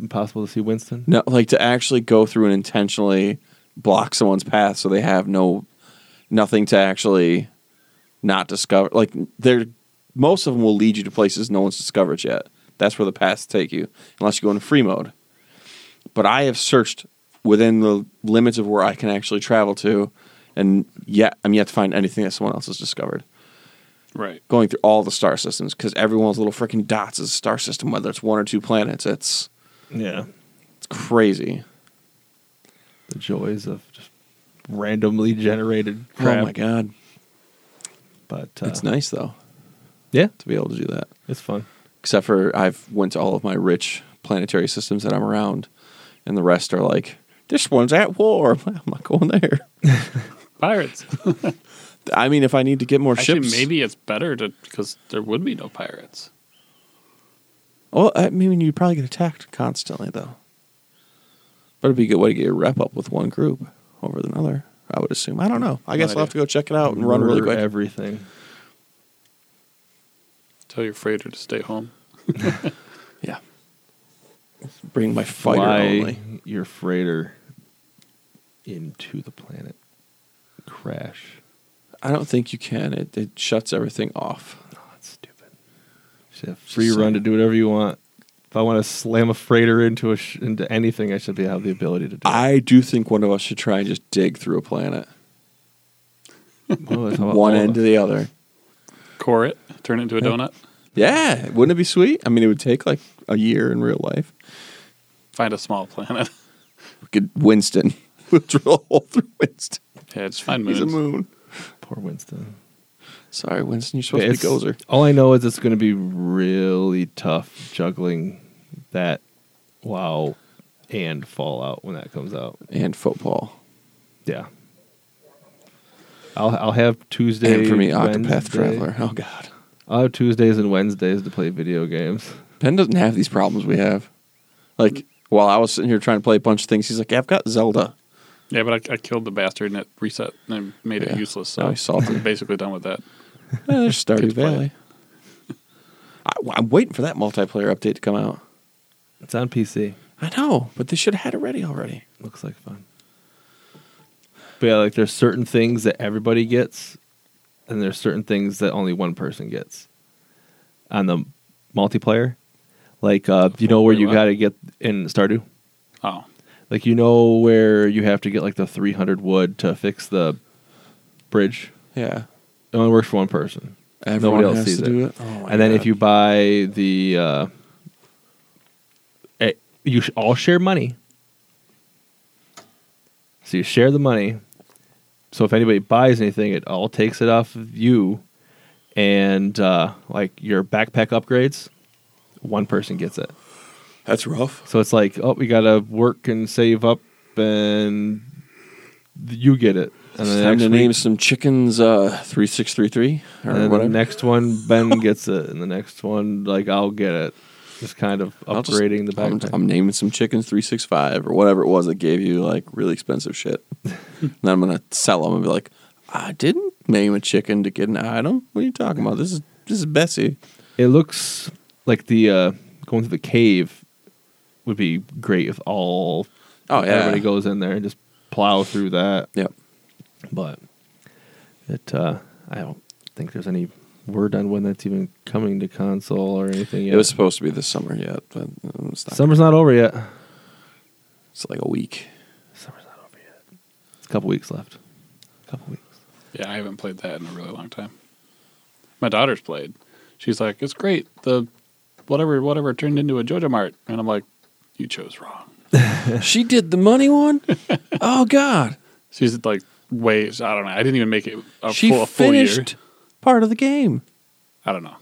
Speaker 1: impossible to see Winston.
Speaker 2: No, like to actually go through and intentionally block someone's path so they have no, nothing to actually, not discover. Like they're, most of them will lead you to places no one's discovered yet. That's where the paths take you, unless you go into free mode. But I have searched within the limits of where I can actually travel to, and yet I'm yet to find anything that someone else has discovered
Speaker 3: Right.
Speaker 2: going through all the star systems because everyone's little freaking dots is a star system, whether it's one or two planets. It's
Speaker 1: Yeah,
Speaker 2: it's crazy.
Speaker 1: the joys of just randomly generated crap.
Speaker 2: Oh my god,
Speaker 1: But uh,
Speaker 2: it's nice though
Speaker 1: Yeah,
Speaker 2: to be able to do that.
Speaker 1: it's fun.
Speaker 2: Except for I've went to all of my rich planetary systems that I'm around, and the rest are like this one's at war. I'm not going there.
Speaker 3: Pirates.
Speaker 2: I mean, if I need to get more
Speaker 3: Actually,
Speaker 2: ships,
Speaker 3: maybe it's better to because there would be no pirates.
Speaker 2: Well, I mean, you'd probably get attacked constantly though. But it'd be a good way to get your rep up with one group over than another. I would assume. I don't know. I guess I'll
Speaker 3: idea.
Speaker 2: have to go check it out and run really
Speaker 1: Murder
Speaker 2: quick.
Speaker 1: everything.
Speaker 3: Tell your freighter to stay home.
Speaker 2: Yeah. Bring my fighter
Speaker 1: Fly
Speaker 2: only.
Speaker 1: your freighter into the planet. Crash.
Speaker 2: I don't think you can. It it shuts everything off.
Speaker 1: Oh, that's stupid. Should have free
Speaker 2: Just
Speaker 1: run
Speaker 2: saying.
Speaker 1: to do whatever you want. If I want to slam a freighter into a sh- into anything, I should be have the ability to do. it.
Speaker 2: I do think one of us should try and just dig through a planet,
Speaker 1: Well, that's how about
Speaker 2: one
Speaker 1: all
Speaker 2: end
Speaker 1: of
Speaker 2: to the other.
Speaker 3: Core it. Turn it into a donut.
Speaker 2: Yeah, wouldn't it be sweet? I mean, it would take like a year in real life.
Speaker 3: Find a small planet.
Speaker 2: We could Winston. We'll drill a hole through Winston.
Speaker 3: yeah, just find
Speaker 2: He's
Speaker 3: moons.
Speaker 2: a moon.
Speaker 1: Poor Winston.
Speaker 2: Sorry, Winston, you're supposed
Speaker 1: It's-
Speaker 2: to be Gozer.
Speaker 1: All I know is it's going to be really tough juggling that WoW and Fallout when that comes out.
Speaker 2: And football.
Speaker 1: Yeah, I'll I'll have Tuesday
Speaker 2: and for me, Octopath
Speaker 1: Wednesday-
Speaker 2: Traveler. Oh god.
Speaker 1: I'll have Tuesdays and Wednesdays to play video games.
Speaker 2: Ben doesn't have these problems we have. Like while I was sitting here trying to play a bunch of things, he's like, yeah, I've got Zelda.
Speaker 3: Yeah, but I, I killed the bastard and it reset and it made
Speaker 2: Yeah.
Speaker 3: it useless.
Speaker 2: Now
Speaker 3: So
Speaker 2: he's salty.
Speaker 3: I'm basically done with that.
Speaker 2: Yeah, Eh, there's Stardew
Speaker 3: Good plan.
Speaker 2: Valley. I, am waiting for that multiplayer update to come out.
Speaker 1: It's on PC.
Speaker 2: I know, but they should have had it ready already.
Speaker 1: Looks like fun. But yeah, like there's certain things that everybody gets, and there's certain things that only one person gets on the multiplayer. Like uh, you know where
Speaker 3: Wait,
Speaker 1: you
Speaker 3: what?
Speaker 1: got to get in Stardew.
Speaker 3: Oh,
Speaker 1: Like you know where you have to get like the 300 wood to fix the bridge.
Speaker 2: Yeah.
Speaker 1: It only works for one person.
Speaker 2: Everyone
Speaker 1: else
Speaker 2: has
Speaker 1: sees
Speaker 2: to
Speaker 1: it.
Speaker 2: do it. Oh my
Speaker 1: and then if
Speaker 2: God.
Speaker 1: you buy the, uh, eh, you sh- all share money. So you share the money. So if anybody buys anything, it all takes it off of you, and uh, like your backpack upgrades, one person gets it.
Speaker 2: That's rough.
Speaker 1: So it's like, oh, we gotta work and save up, and you get it. And
Speaker 2: It's
Speaker 1: then
Speaker 2: time
Speaker 1: next
Speaker 2: to
Speaker 1: week-
Speaker 2: name some chickens uh, 3633 or
Speaker 1: and then
Speaker 2: whatever.
Speaker 1: the next one, Ben gets it, and the next one, like I'll get it. Just kind of
Speaker 2: I'll just-
Speaker 1: upgrading the
Speaker 2: I'm,
Speaker 1: backpack.
Speaker 2: I'm naming some chickens 365 or whatever it was that gave you like really expensive shit. and then I'm going to sell them and be like, I didn't name a chicken to get an item. What are you talking about? This is this is Bessie.
Speaker 1: it looks like the uh, going through the cave would be great if all
Speaker 2: Oh, yeah.
Speaker 1: everybody goes in there and just plow through that.
Speaker 2: Yep.
Speaker 1: But it, uh, I don't think there's any word on when that's even coming to console or anything yet.
Speaker 2: It was supposed to be this summer yet, but um, it's, not,
Speaker 1: Summer's not over yet.
Speaker 2: it's like a week.
Speaker 1: Summer's not over yet. It's a couple weeks left. A couple weeks.
Speaker 3: yeah, I haven't played that in a really long time. My daughter's played. She's like, it's great. The whatever, whatever turned into a JoJo Mart, and I'm like, you chose wrong.
Speaker 2: she did the money one? Oh, God.
Speaker 3: She's like, way. I don't know. I didn't even make it a,
Speaker 2: she
Speaker 3: full, a full year.
Speaker 2: finished part of the game.
Speaker 3: I don't know.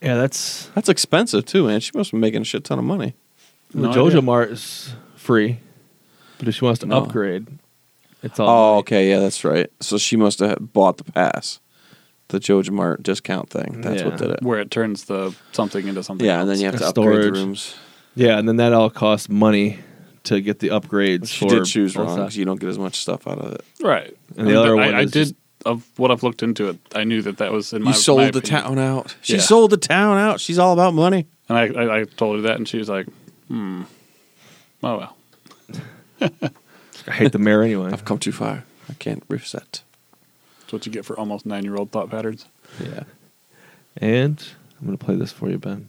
Speaker 1: Yeah, that's
Speaker 2: That's expensive, too, man. She must be making a shit ton of money.
Speaker 1: the
Speaker 3: No
Speaker 1: JoJo
Speaker 3: idea.
Speaker 1: Mart is free, but if she wants to
Speaker 2: No.
Speaker 1: upgrade, it's all.
Speaker 2: Oh, okay, yeah, that's right. So she must have bought the pass, the Jojo Mart discount thing. That's
Speaker 1: Yeah.
Speaker 2: what did it.
Speaker 3: Where it turns the something into something.
Speaker 2: Yeah, and then
Speaker 3: else.
Speaker 2: you have to
Speaker 1: Uh,
Speaker 2: upgrade the
Speaker 1: storage.
Speaker 2: rooms.
Speaker 1: yeah, and then that all costs money to get the upgrades.
Speaker 2: She
Speaker 1: for
Speaker 2: did choose
Speaker 1: both
Speaker 2: wrong
Speaker 1: sides.
Speaker 2: because you don't get as much stuff out of it.
Speaker 3: Right.
Speaker 1: And the other
Speaker 3: I,
Speaker 1: one
Speaker 3: I
Speaker 1: is
Speaker 3: did
Speaker 1: just-
Speaker 3: of what I've looked into it. I knew that that was in my.
Speaker 2: you sold
Speaker 3: my
Speaker 2: the
Speaker 3: opinion.
Speaker 2: town out. She
Speaker 3: Yeah.
Speaker 2: sold the town out. She's all about money.
Speaker 3: and I, I, I told her that, and she was like, "Hmm, oh well."
Speaker 1: I hate the mayor anyway.
Speaker 2: I've come too far. I can't reset.
Speaker 3: That's what you get for almost nine-year-old thought patterns.
Speaker 2: Yeah.
Speaker 1: and I'm gonna play this for you, Ben.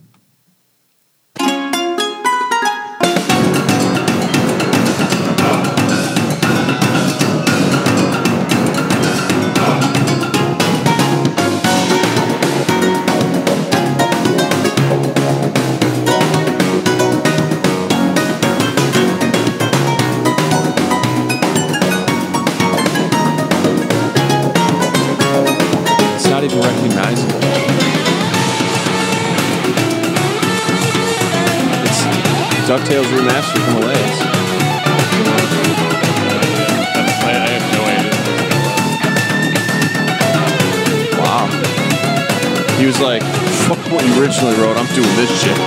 Speaker 2: It's not even recognizable. It's DuckTales remastered from Malays.
Speaker 3: I, I have no idea.
Speaker 2: Wow. He was like, fuck what you originally wrote. I'm doing this shit.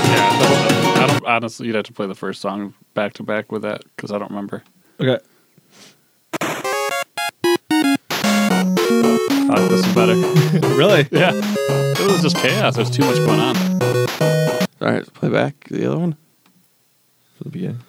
Speaker 3: Yeah, I don't, I don't honestly. You'd have to play the first song back to back with that because I don't remember.
Speaker 1: Okay,
Speaker 3: I like this is better.
Speaker 1: really?
Speaker 3: yeah, it was just chaos. There's too much going on.
Speaker 2: All right, play back the other one.
Speaker 1: For the beginning.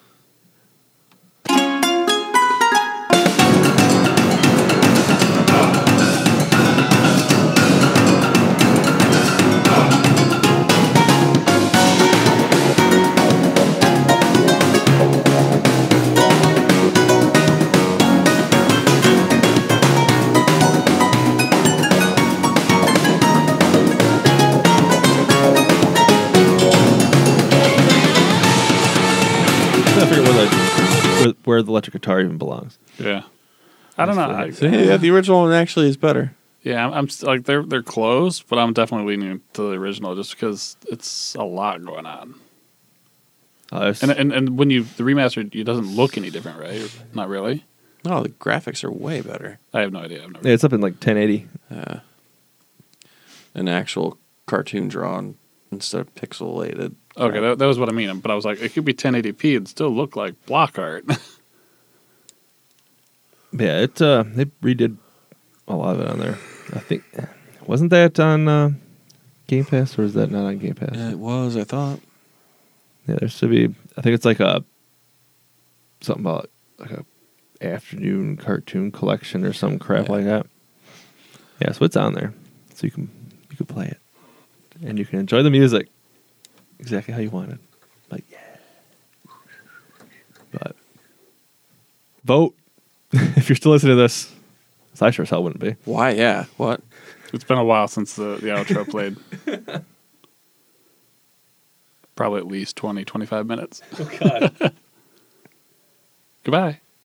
Speaker 1: I figure where the where, where the electric guitar even belongs.
Speaker 3: Yeah, I don't know. I,
Speaker 2: Yeah, the original one actually is better.
Speaker 3: yeah, I'm, I'm st- like they're they're close, but I'm definitely leaning to the original just because it's a lot going on.
Speaker 1: Oh, there's-
Speaker 3: And and and when you the remastered, it doesn't look any different, right? Not really.
Speaker 2: No, Oh, the graphics are way better.
Speaker 3: I have no idea. I've never.
Speaker 1: yeah, it's up in like 1080.
Speaker 2: An actual cartoon drawn instead of pixelated.
Speaker 3: okay, that, that was what I mean. But I was like, it could be 1080p and still look like block art.
Speaker 1: Yeah, it uh, they redid a lot of it on there. I think wasn't that on uh, Game Pass, or is that not on Game Pass?
Speaker 2: Yeah, it was, I thought.
Speaker 1: Yeah, there should be. I think it's like a something about like a afternoon cartoon collection or some crap
Speaker 2: Yeah.
Speaker 1: like that. Yeah, so it's on there, so you can you can play it, and you can enjoy the music exactly how you want it. Like yeah, but vote if you're still listening to this. 'cause I sure as hell wouldn't be.
Speaker 2: Why? Yeah. What?
Speaker 3: It's been a while since the, the outro played. Probably at least 20, 25 minutes.
Speaker 1: Oh God.
Speaker 3: Goodbye.